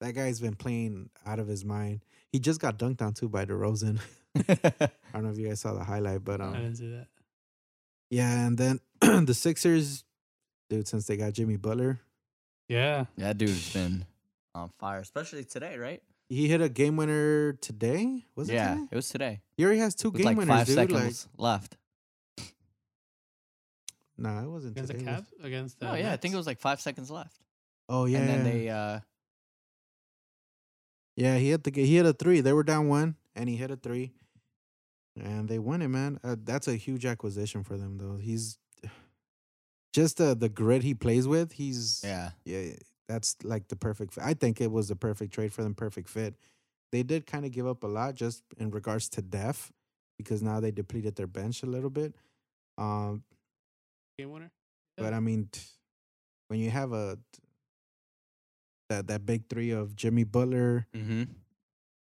That guy's been playing out of his mind. He just got dunked on too by DeRozan. I don't know if you guys saw the highlight, but um, Uh, I didn't see that. yeah, and then the Sixers, dude, since they got Jimmy Butler, Yeah. that dude's been on fire, especially today, right? he hit a game winner today. Was it? yeah, today? it was today. He already has two With game like winners, five dude. seconds left. Like, nah, it wasn't Against the today. was- Cavs? Against the Oh yeah, I think Nets? it was like five seconds left. Oh yeah, And then they uh yeah. He hit the he hit a three. They were down one, and he hit a three, and they won it, man. Uh, that's a huge acquisition for them, though. He's just the the grit he plays with. He's yeah. yeah, that's like the perfect. Fit. I think it was the perfect trade for them, perfect fit. They did kind of give up a lot just in regards to depth because now they depleted their bench a little bit. Um, game winner. but I mean, t- when you have a that that big three of Jimmy Butler, Mm-hmm.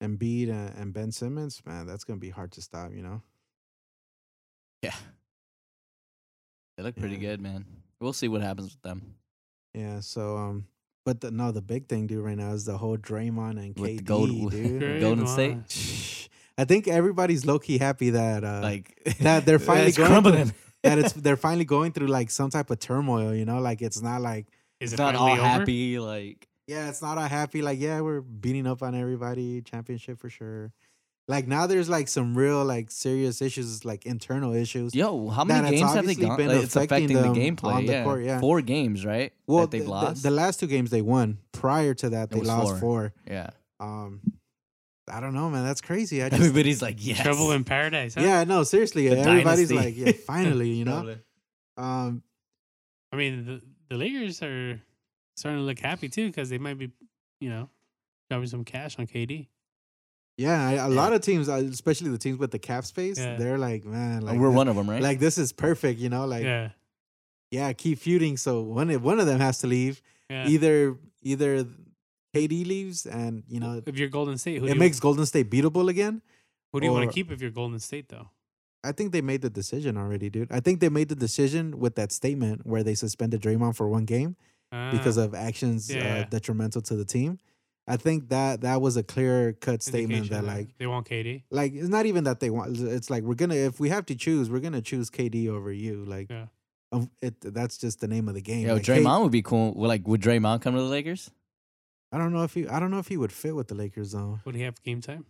Embiid, and, and Ben Simmons, man, that's gonna be hard to stop. You know, Yeah. They look pretty Yeah. good, man. We'll see what happens with them. yeah. So um, but the, no, the big thing, dude, right now is the whole Draymond and With the KD, gold- dude. Great Golden State? line. I think everybody's low key happy that uh, Like that they're finally it's going through- crumbling. that it's they're finally going through like some type of turmoil, you know? Like it's not like Is It's it not all finally over? happy. Like yeah, it's not a happy like yeah, we're beating up on everybody, championship for sure. Like now there's like some real like serious issues, like internal issues. Yo, how That many it's games have they obviously gone? been Like, it's affecting affecting the them gameplay. on the yeah. court, yeah. four games, right? Well, that they've the, the- lost. The, last two games they won. Prior to that, they was lost four. yeah, Um, I don't know, man. That's crazy. I just everybody's like, yes, Trouble in paradise. Huh? yeah, no, seriously. The everybody's dynasty. like, yeah, finally, you know. Totally. Um, I mean, the, the Lakers are starting to look happy too because they might be, you know, dropping some cash on KD. yeah, I- a lot of teams, uh, especially the teams with the cap space, Yeah. they're like, man, like and we're this- one of them, right? Like this is perfect, you know. Like yeah, yeah. keep feuding. So one of- one of them has to leave. Yeah. Either either KD leaves, and you know if you're Golden State, who do it you, makes Golden State beatable again. who do you want or- to keep if you're Golden State though? I think they made the decision already, dude. I think they made the decision with that statement where they suspended Draymond for one game because Ah, of actions yeah. uh, detrimental to the team. I think that that was a clear cut statement indication that like they want KD. like it's not even that they want it's like we're gonna if we have to choose we're gonna choose KD over you like Yeah. um, it that's just the name of the game. Yo, Like, hey, Draymond would be cool. Well, Like, would Draymond come to the Lakers? I don't know if he I don't know if he would fit with the Lakers though. Would he have game time?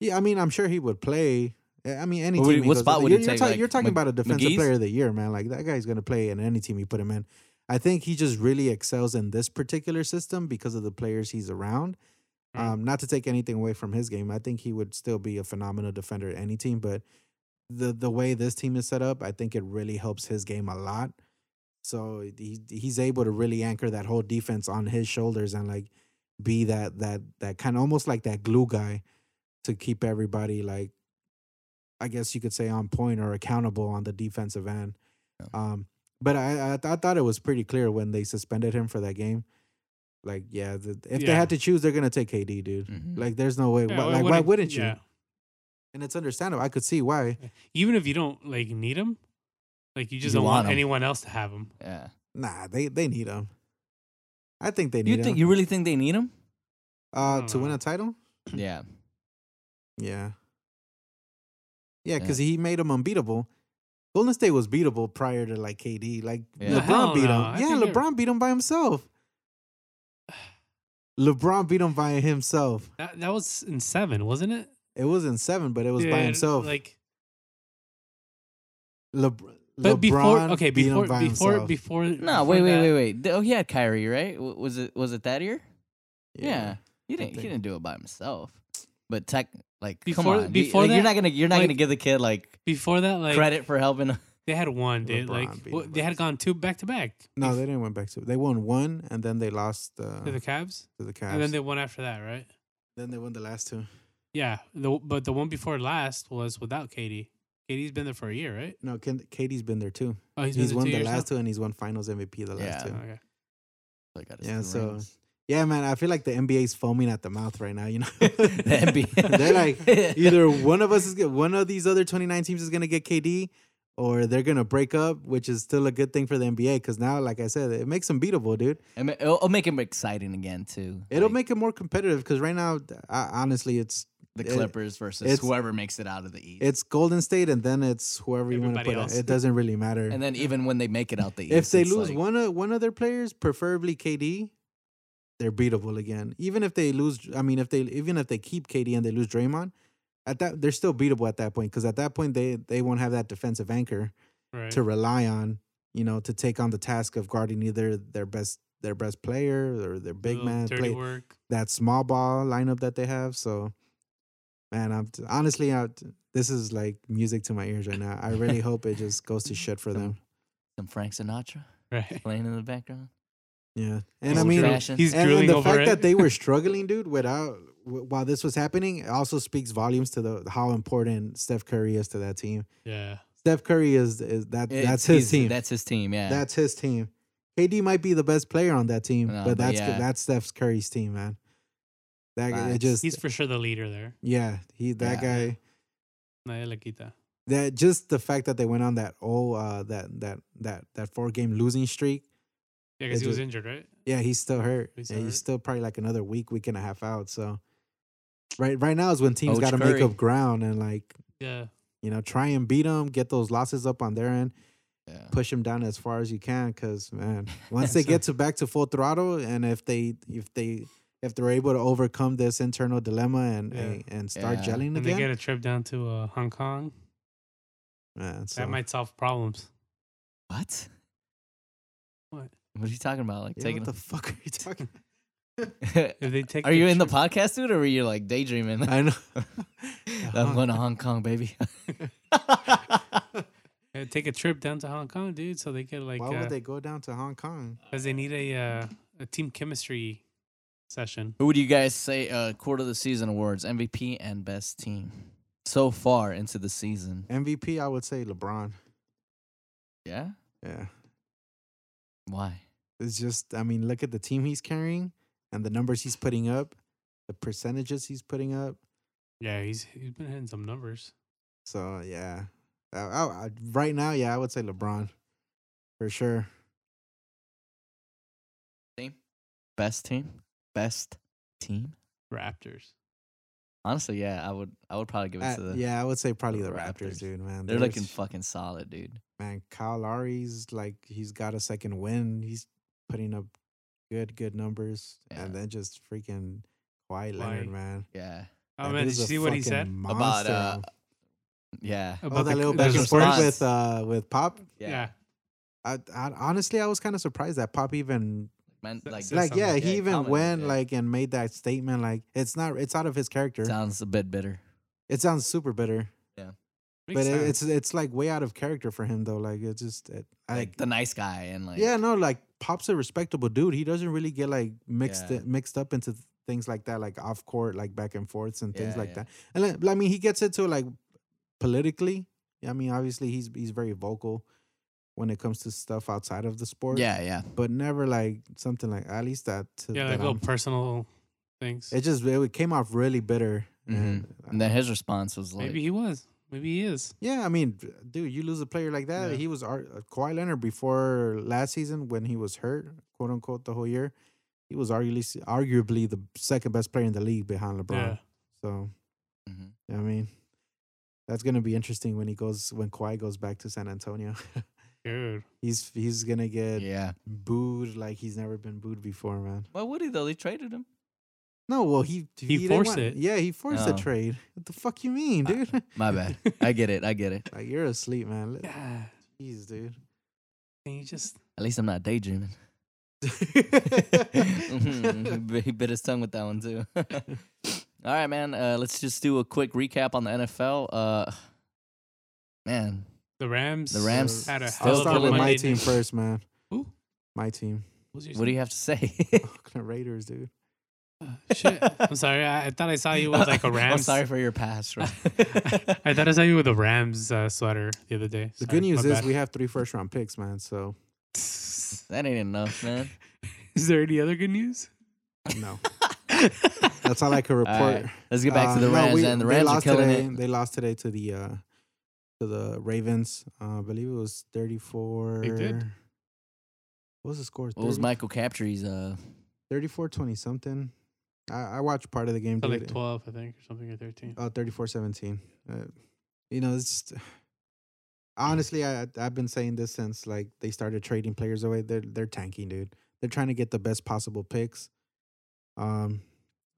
Yeah, I mean I'm sure he would play. I I mean any What would team. he- he what goes spot would he with- you're, you're take, ta- like, you're talking Mc- about a defensive McGee's? player of the year, man. Like that guy's gonna play in any team you put him in. I think he just really excels in this particular system because of the players he's around. Hmm. Right. Um, not to take anything away from his game, I think he would still be a phenomenal defender at any team. But the the way this team is set up, I think it really helps his game a lot. So he he's able to really anchor that whole defense on his shoulders and like be that that that kind of almost like that glue guy to keep everybody like I guess you could say on point or accountable on the defensive end. Yeah. Um, but I, I th- I thought it was pretty clear when they suspended him for that game. Like yeah, the, if they Yeah. Mm-hmm. had to choose, they're gonna take KD, dude. Mhm. Like there's no way. Yeah, why, why like why wouldn't- wouldn't you? yeah. And it's understandable. I could see why. Even if you don't like need him, like you just You don't want want, him. anyone else to have him. yeah. Nah, they they need him. I think they You need think him you really think they need him? uh, don't to win know. a title. Yeah. Yeah. Yeah, Yeah. because he made him unbeatable. Golden State was beatable prior to like KD. Like Yeah. No, hell LeBron beat him. no. I yeah, think you're- LeBron beat him by himself. LeBron beat him by himself. That, that was in seven, wasn't it? It was in seven, but it was by Dude, himself. Like, Lebr- but LeBron before, okay, beat him before, by before, himself. before. No, before wait, wait, that- wait, wait. Th- Oh, he had Kyrie, right? W- Was it was it that year? Yeah, he I didn't. He think- didn't do it by himself. But tech, like, Before- come on, you- before like, you're that, not gonna you're not gonna like, give the kid like, Before that, like credit for helping. him. they had one, dude. LeBron Like beat what- him by they had gone two back to back. No, bef- they didn't win back to. They won one, and then they lost uh, to to the the, Cavs, Cavs. and then they won after that, right? then they won the last two. Yeah, the, but the one before last was without Katie. Katie's been there for a year, right? No, Ken, Katie's been there too. Oh, He's, been there won two the years now? last two, and he's won Finals MVP the last Yeah. two. Oh, okay. I got his Yeah, two so- rings. Yeah, man, I feel like the NBA's foaming at the mouth right now. You know, The NBA. they're like either one of us is go- one of these other 29 teams is gonna get KD, or they're gonna break up, which is still a good thing for the NBA because now, like I said, it makes them beatable, dude. I mean, it'll, it'll make him exciting again too. It'll Like, make it more competitive because right now, I, honestly, it's the it- Clippers versus it's- whoever makes it out of the East. it's Golden State, and then it's whoever you want to Everybody put. else. Else. It doesn't really matter. and then even when they make it out the East, if they it's lose like- one of one of their players, preferably KD, they're beatable again. Even if they lose, I mean, if they even if they keep KD and they lose Draymond, at that they're still beatable at that point because at that point they they won't have that defensive anchor Right. to rely on, you know, to take on the task of guarding either their best their best player or their big Little man dirty play work. that small ball lineup that they have. So, man, I'm honestly, I, this is like music to my ears right now. I really hope it just goes to shit for them. some Frank Sinatra Right. playing in the background. Yeah, and I Old mean, Trash. fashion. and, he's and drooling the over fact it. that they were struggling, dude, without wh- while this was happening, it also speaks volumes to the how important Steph Curry is to that team. yeah. Steph Curry is is that It's- that's he's- his team. That's his team. Yeah. That's his team. KD might be the best player on that team, No, but but that's yeah. that's Steph Curry's team, man. That guy- Facts. it just He's for sure the leader there. yeah, he that Yeah. guy. Nadie le quita. that just the fact that they went on that oh uh that that that that four game losing streak Yeah, because It's he was just- injured, right? yeah he's still hurt He's he's, and hurt. he's still probably like another week week and a half out so right right now is when teams Coach got to make Curry. up ground and like Yeah. you know try and beat them get those losses up on their end yeah. push them down as far as you can because man once they So- get to back to full throttle and if they if they if they're able to overcome this internal dilemma and Yeah. and, and start Yeah. gelling And they get again a trip down to uh, Hong Kong. man, so- That might solve problems. What? What? What are you talking about? Like yeah, taking. what the fuck are you talking If they take are you in the trip- podcast, dude, or are you like daydreaming? I know I'm going to Hong Kong, baby. uh, take a trip down to Hong Kong, dude, so they could like Why uh, would they go down to Hong Kong? Because they need a uh, a team chemistry session. Who would you guys say uh, quarter of the season awards, MVP and best team so far into the season? MVP, I would say LeBron. Yeah. Yeah. Why? It's just, I mean, look at the team he's carrying and the numbers he's putting up, the percentages he's putting up. Yeah, he's he's been hitting some numbers. So, yeah. I, I, I- right now, yeah, I would say LeBron for sure. Team. Best team. Best team. Raptors. Honestly, yeah, I would. I would probably give it I- to the. yeah, I would say probably the the Raptors, Raptors. dude, man. They're looking s- fucking solid, dude. Man, Kyle Lowry's like, he's got a second win. He's putting up good, good numbers. Yeah. And then just freaking Kawhi Kawhi. Leonard, man. Yeah. Oh That man, did dude's you a see what he fucking said About, monster. uh, Yeah. Oh, that the- little the back and forth response. with uh with Pop. Yeah. I, I honestly I was kind of surprised that Pop even Man, So- like, so- like yeah something. he Yeah, even commented, went yeah. like and made that statement like it's not it's out of his character. sounds a bit bitter. It sounds super bitter, Makes but it, sense. it's it's like way out of character for him though. Like it's just it, I, Like the nice guy and like yeah no like Pop's a respectable dude. He doesn't really get like mixed Yeah. mixed up into th- things like that like off court like back and forths and things Yeah, like yeah. that. And like, I mean he gets into like politically. I mean obviously he's he's very vocal when it comes to stuff outside of the sport. yeah, yeah. but never like something like at least that. To, yeah, like that little I'm- personal things. it just it came off really bitter. And, Mm-hmm. uh, And then his response was like, Maybe he was. Maybe he is. yeah, I mean, dude, you lose a player like that. Yeah. He was our uh, Kawhi Leonard before last season when he was hurt, quote unquote, the whole year. He was arguably arguably the second best player in the league behind LeBron. Yeah. So Mhm. I mean, That's gonna be interesting when he goes when Kawhi goes back to San Antonio. Dude. he's he's gonna get Yeah. booed like he's never been booed before, man. Why would he though? They traded him. No, well he He didn't forced it. want- Yeah, he forced Oh. the trade. What the fuck you mean, I- dude? My bad. I get it. I get it. like you're asleep, man. Let- Yeah. Jeez, dude. And you just At least I'm not daydreaming. Mhm. he bit his tongue with that one too. All right, man. Uh, let's just do a quick recap on the NFL. Uh, man, the Rams. the Rams. had a I'll hell start of a with my Monday team night. first, man. Who? My team. What, was your What do team? you have to say? Oakland Raiders, dude. Uh, Shit. I'm sorry. I, I thought I saw you with like a I'm Rams. sorry for your past, bro. I thought I saw you with a Rams uh, sweater the other day. The good news is we have three first round picks, man. So Is that ain't enough, man. there any other good news? no. That's all I could report. right, Let's get back to Uh, the no, Rams, we- and the they Rams are lost killing today. it. They lost today to the uh to the Ravens. Uh, I believe it was thirty four. What was the score? What was 30 Michael Crabtree's? Uh, 34 20 something. I, I watched part of the game. Felt dude. like 12, I think, or something, or 13. Oh, 34 17. Uh, you know, it's just- honestly, I, I've been saying this since like they started trading players away. They're, they're tanking, dude. They're trying to get the best possible picks. Um,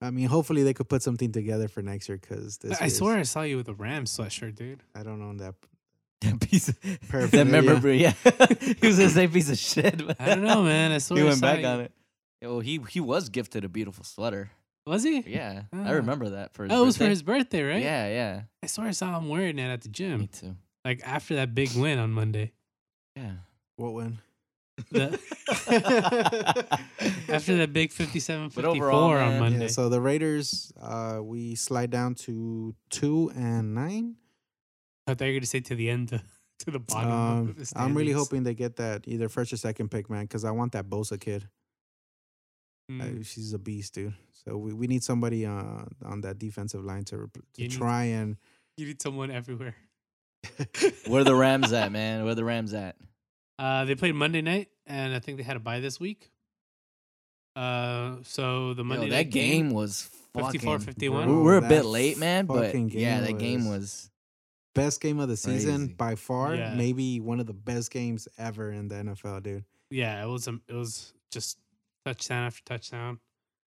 I mean, hopefully they could put something together for next year because this. I year's- swear I saw you with a Rams sweatshirt, dude. I don't own that. that piece. Of, that Paraphernalia. memorabilia. he was the same piece of shit. I don't know, man. I swear he I went saw back you- on it. Yeah, Well, he he was gifted a beautiful sweater. Was he? Yeah, Ah. I remember that for. His Oh, it was for birthday. his birthday, right? Hmm. Yeah, yeah. I swear I saw him wearing it at the Me gym, too. like after that big win on Monday. Yeah. What win? The- after that big 57 But 54 overall, on man, Monday. Yeah, so the Raiders, uh, we slide down to two and nine. I thought you were going to say to the end, to, to the bottom. Um, of the I'm really standings. hoping they get that either first or second pick, man, because I want that Bosa kid. Uh, Mm. she's a beast, dude. So we, we need somebody uh, on that defensive line to, repl- You to need- try and. You need someone everywhere. Where the Rams at, man? Where the Rams at? Uh, they played Monday night, and I think they had a bye this week. Uh, so the Yo, Monday that night game was fucking. 54 We 51. Bro, We're a that bit late, man, but fucking yeah, game that Oh, game was- was. Best game of the season Crazy. by far. Yeah. Maybe one of the best games ever in the NFL, dude. Yeah, it was um, it was just touchdown after touchdown.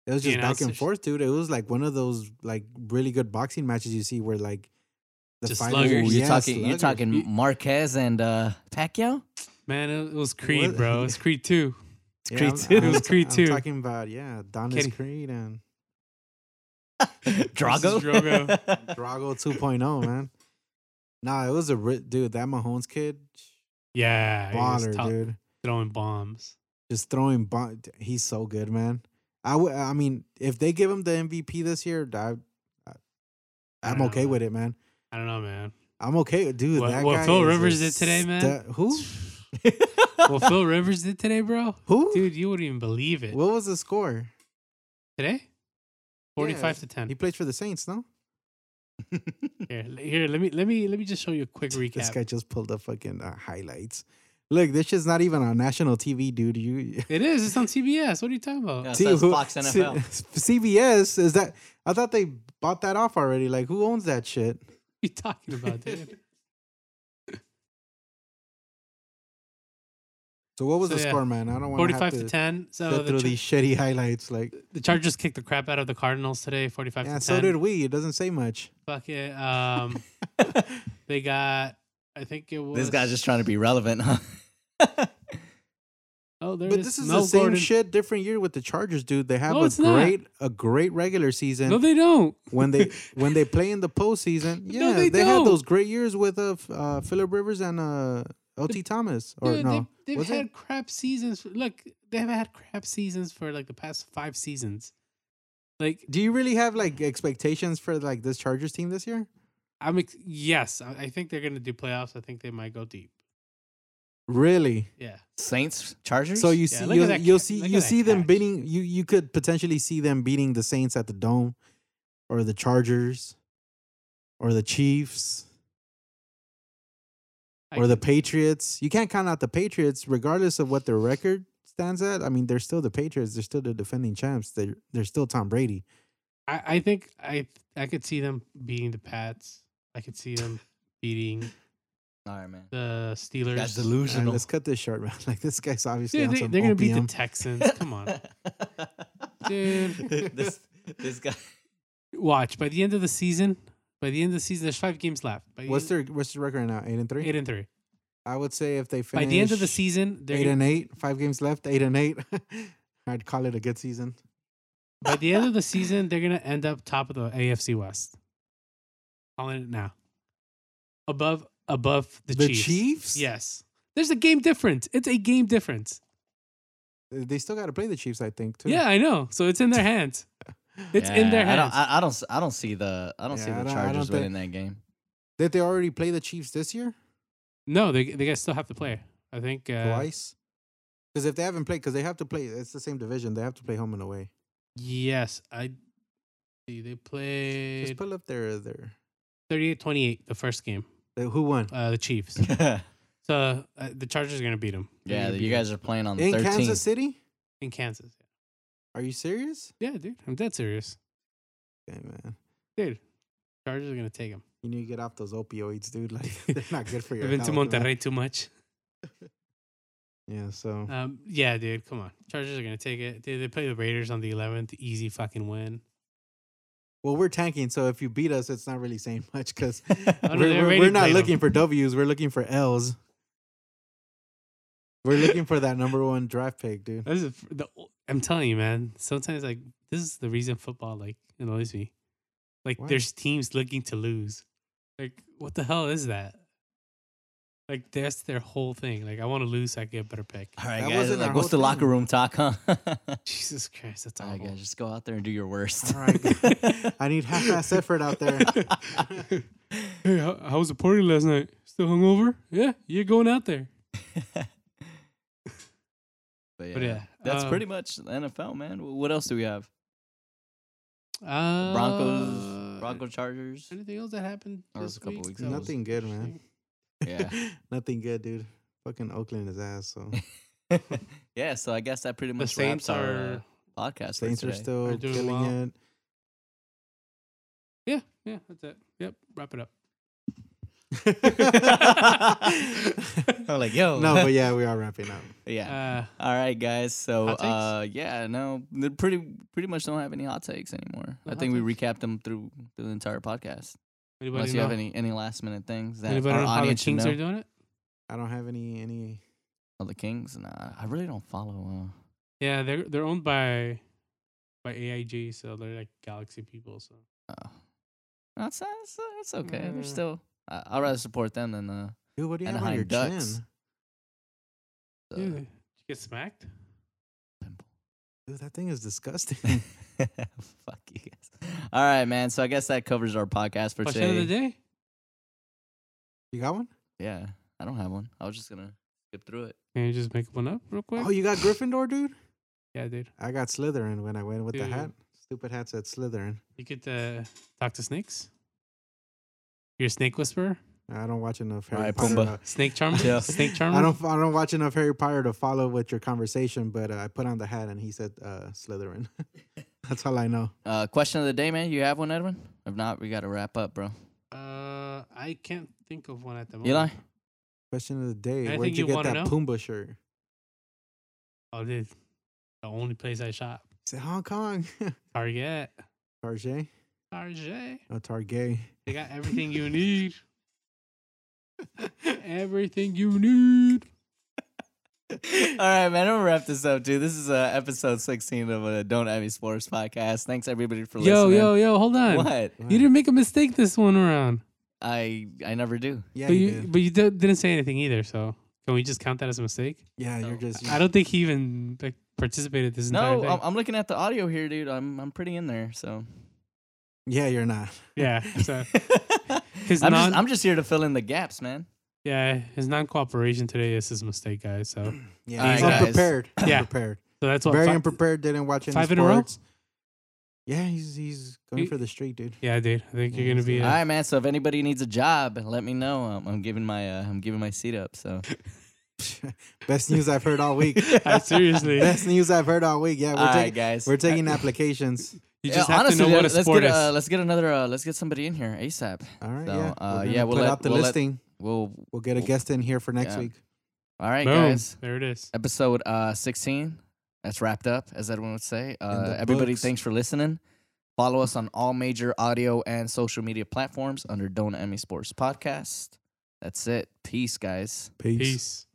It was The just back and announcers- forth, dude. It was like one of those like really good boxing matches you see where like the Just final- Ooh, sluggers. you're Yeah, talking. You're sluggers. talking Marquez and uh, Pacquiao. Man, it, it was Creed, What? bro. It was Creed too. Yeah, Creed I'm- too. I'm It was ta- Creed I'm too. talking about yeah, Donis Kenny- Creed and Drago. Drogo. Drago 2.0, man. Nah, it was a ri- dude. That Mahomes kid, Yeah, he was baller, to- dude. throwing bombs. just throwing bon- d- he's so good man i would i mean if they give him the mvp this year I, I, I i'm don't okay know, with it man I don't know, man. i'm okay dude What- that what guy Phil is a Rivers did today, man? stu- who well, Phil Rivers did today, bro. who Dude, you wouldn't even believe it. what was the score today, forty-five to he ten. played for the saints no Here, l- here, let me let me let me just show you a quick this recap. guy just pulled up fucking uh, highlights look this shit's not even on national tv dude you It is. It's on CBS. What are you talking about? Yeah. Yeah, So that's who- Fox NFL. cbs is that i thought they bought that off already like who owns that shit what are you talking about, dude? so what was So, the yeah, score man i don't want Forty-five to to ten. So go the, through Char- these shitty highlights like the Chargers kicked the crap out of the Cardinals today, forty-five Yeah, to ten. so did we. It doesn't say much. Fuck it. Um, they got. I think it was. this guy's just trying to be relevant, huh? Oh, there it But is. this is Mel the same Gordon. shit, different year with the Chargers, dude. They have No, a it's not. great a great regular season. No, they don't. when they when they play in the postseason, yeah, they they, had don't. those great years with uh, F- uh Philip Rivers and uh LT Thomas. Or Dude, no, They've, they've was it? had crap seasons. Look, they have had crap seasons for like the past five seasons. Like do you really have like expectations for like this Chargers team this year? I'm. Ex- yes, I, I think they're gonna do playoffs. I think they might go deep. Really? Yeah. Saints, Chargers. So you Yeah, see, look at you'll, that you'll ca- see, look you at that see them catch. beating. You you could potentially see them beating the Saints at the Dome, or the Chargers, or the Chiefs. I or the could- Patriots. You can't count out the Patriots, regardless of what their record stands at. I mean, they're still the Patriots. They're still the defending champs. They're they're still Tom Brady. I, I think I I could see them beating the Pats. I could see them beating All right, man. the Steelers. That's All right, delusional. let's cut this short, man. Like this guy's obviously Dude, on they, some they're gonna beat the opium. Texans. Come on, Dude. this this guy. watch. By the end of the season, by the end of the season, there's five games left. By the What's end- their what's their record right now? Eight and three. eight and three? I would say if they finish By the end of the season, they're eight gonna- and eight, five games left, eight and eight. I'd call it a good season. by the end of the season, they're gonna end up top of the AFC West. Calling it now. Above, above the, The Chiefs. Chiefs? Yes. There's a game difference. It's a game difference. Uh, They still got to play the Chiefs, I think, too. Yeah, I know. So it's in their hands. It's in their Yeah, I don't. hands. I, I don't. s- I don't see the. I don't see Yeah, I the don't- I Chargers don't winning that game. Did they already play the Chiefs this year no, they they guys still have to play. I think uh, twice? Because if they haven't played, because they have to play, it's the same division. They have to play home and away. Yes, I see. They played Just pull up their their 38-28 the first game. the- who won Uh, the Chiefs. yeah, so uh, the Chargers are gonna beat them. you guys are playing on the in Kansas 13th. City. in Kansas. Are you serious? Yeah, dude, I'm dead serious, Okay, man. dude. Chargers are gonna take them. You need to get off those opioids, dude. Like they're not good for your. I've been to health, man. Monterrey too much. Yeah, so Um, yeah, dude, come on. Chargers are gonna take it. Dude, they play the Raiders on the 11th. Easy fucking win. well, we're tanking. So if you beat us, it's not really saying much because Oh, we're, no, they we're, already we're not played 'em. looking for W's. We're looking for L's. We're looking for that number one draft pick, dude. This is the, I'm telling you, man. Sometimes like this is the reason football like annoys me. Like Why? there's teams looking to lose. Like what the hell is that? Like that's their whole thing. Like I want to lose, so I can get a better pick. All right, That guys. wasn't Like, our what's whole the locker thing. room talk, huh? All Jesus Christ, that's right, guys. awful. Just go out there and do your worst. All right. I need half-ass effort out there. hey, how, how was the party last night? Still hungover? Yeah, you're going out there. But yeah, But yeah, that's um, pretty much the NFL, man. Wh- What else do we have? Uh, Broncos, Bronco Chargers. Anything else that happened? That was this a couple week weeks that ago. was Nothing good, man. interesting? Yeah, Nothing good, dude. Fucking Oakland is ass. So yeah. So I guess that pretty The much Saints wraps our are. uh, podcast. for Saints are today. still They're doing killing well. it. Yeah, yeah, that's it. Yep, wrap it up. I'm like, yo, No, but yeah, we are wrapping up. Oh, yeah. Uh, All right, guys. So, Hot takes? uh, yeah, no, they pretty pretty much don't have any hot takes anymore. No I hot think we takes? recapped them through, through the entire podcast. anybody Unless you know, have any any last minute things that anybody our know how the audience should Kings know. are doing it? I don't have any any. Oh, the Kings? Nah, I really don't follow. Uh, Yeah, they're they're owned by by AIG, so they're like Galaxy people. So Oh. That's that's, that's okay. They're Mm. still. I, I'd rather support them than uh, Dude, what do you have on Anaheim your Ducks. chin? the yeah. Did you get smacked? pimple. Dude, that thing is disgusting. Fuck you guys. All right, man. So I guess that covers our podcast for Question of the today. day. You got one? Yeah, I don't have one. I was just gonna skip through it. Can you just make one up real quick? Oh, you got Gryffindor, dude. yeah, dude. I got Slytherin when I went with the Dude. hat. Stupid hat said Slytherin. You could uh, talk to snakes. You're a snake whisperer, I don't watch enough Harry Alright, Potter. Pumbaa. uh, snake charmer, Yeah. snake charmer. I don't. I don't watch enough Harry Potter to follow with your conversation. But uh, I put on the hat and he said uh, Slytherin. That's all I know. Uh, question of the day, man. You have one, Edwin? If not, we gotta wrap up, bro. Uh, I can't think of one at the moment. Eli, Question of the day: Anything Where'd you you, get wanna that know? Pumbaa shirt? Oh, dude. The only place I shop. Say Hong Kong. Target. Tarjay. Target. Oh, Targay. They got everything you need. everything you need. All right, man. I'm gonna wrap this up, dude. This is uh, episode 16 of uh, Don't At Me Sports podcast. Thanks everybody for Yo, listening. yo, yo, hold on. What? You didn't make a mistake this one around. I I never do. Yeah, but you you, did. but you di- didn't say anything either, so can we just count that as a mistake? Yeah, you're just. I don't think he even like, participated this entire No, thing. I'm, I'm looking at the audio here, dude. I'm I'm pretty in there, so. yeah, you're not. yeah, so his I'm, non just, I'm just here to fill in the gaps, man. yeah his non cooperation today is his mistake, guys. So so Yeah, Alright, he's guys. unprepared. Yeah. unprepared. that's what Very fi- unprepared. Didn't watch any five in a row? sports. Yeah, he's he's going You- for the street, dude. Yeah, dude. I think Yeah, you're gonna be. so- a- All right, man. So if anybody needs a job, let me know. I'm, I'm giving my uh, I'm giving my seat up. So Best news I've heard all week. uh, I seriously. Best news I've heard all week. Yeah, all we're right, taking guys. we're taking applications. You Yeah, just have to know what a let- let's sport get, is. uh, let's get another. Uh, let's get somebody in here ASAP. All right. So, yeah. uh, We're yeah, gonna we'll put let- out the we'll let- listing. Well, we'll get a guest in here for next Yeah. week. all right, Boom. guys. There it is. Episode uh, 16. That's wrapped up, as everyone would say. Uh, the everybody, books. thanks for listening. Follow us on all major audio and social media platforms under Dona Emmy Sports Podcast. That's it. Peace, guys. Peace.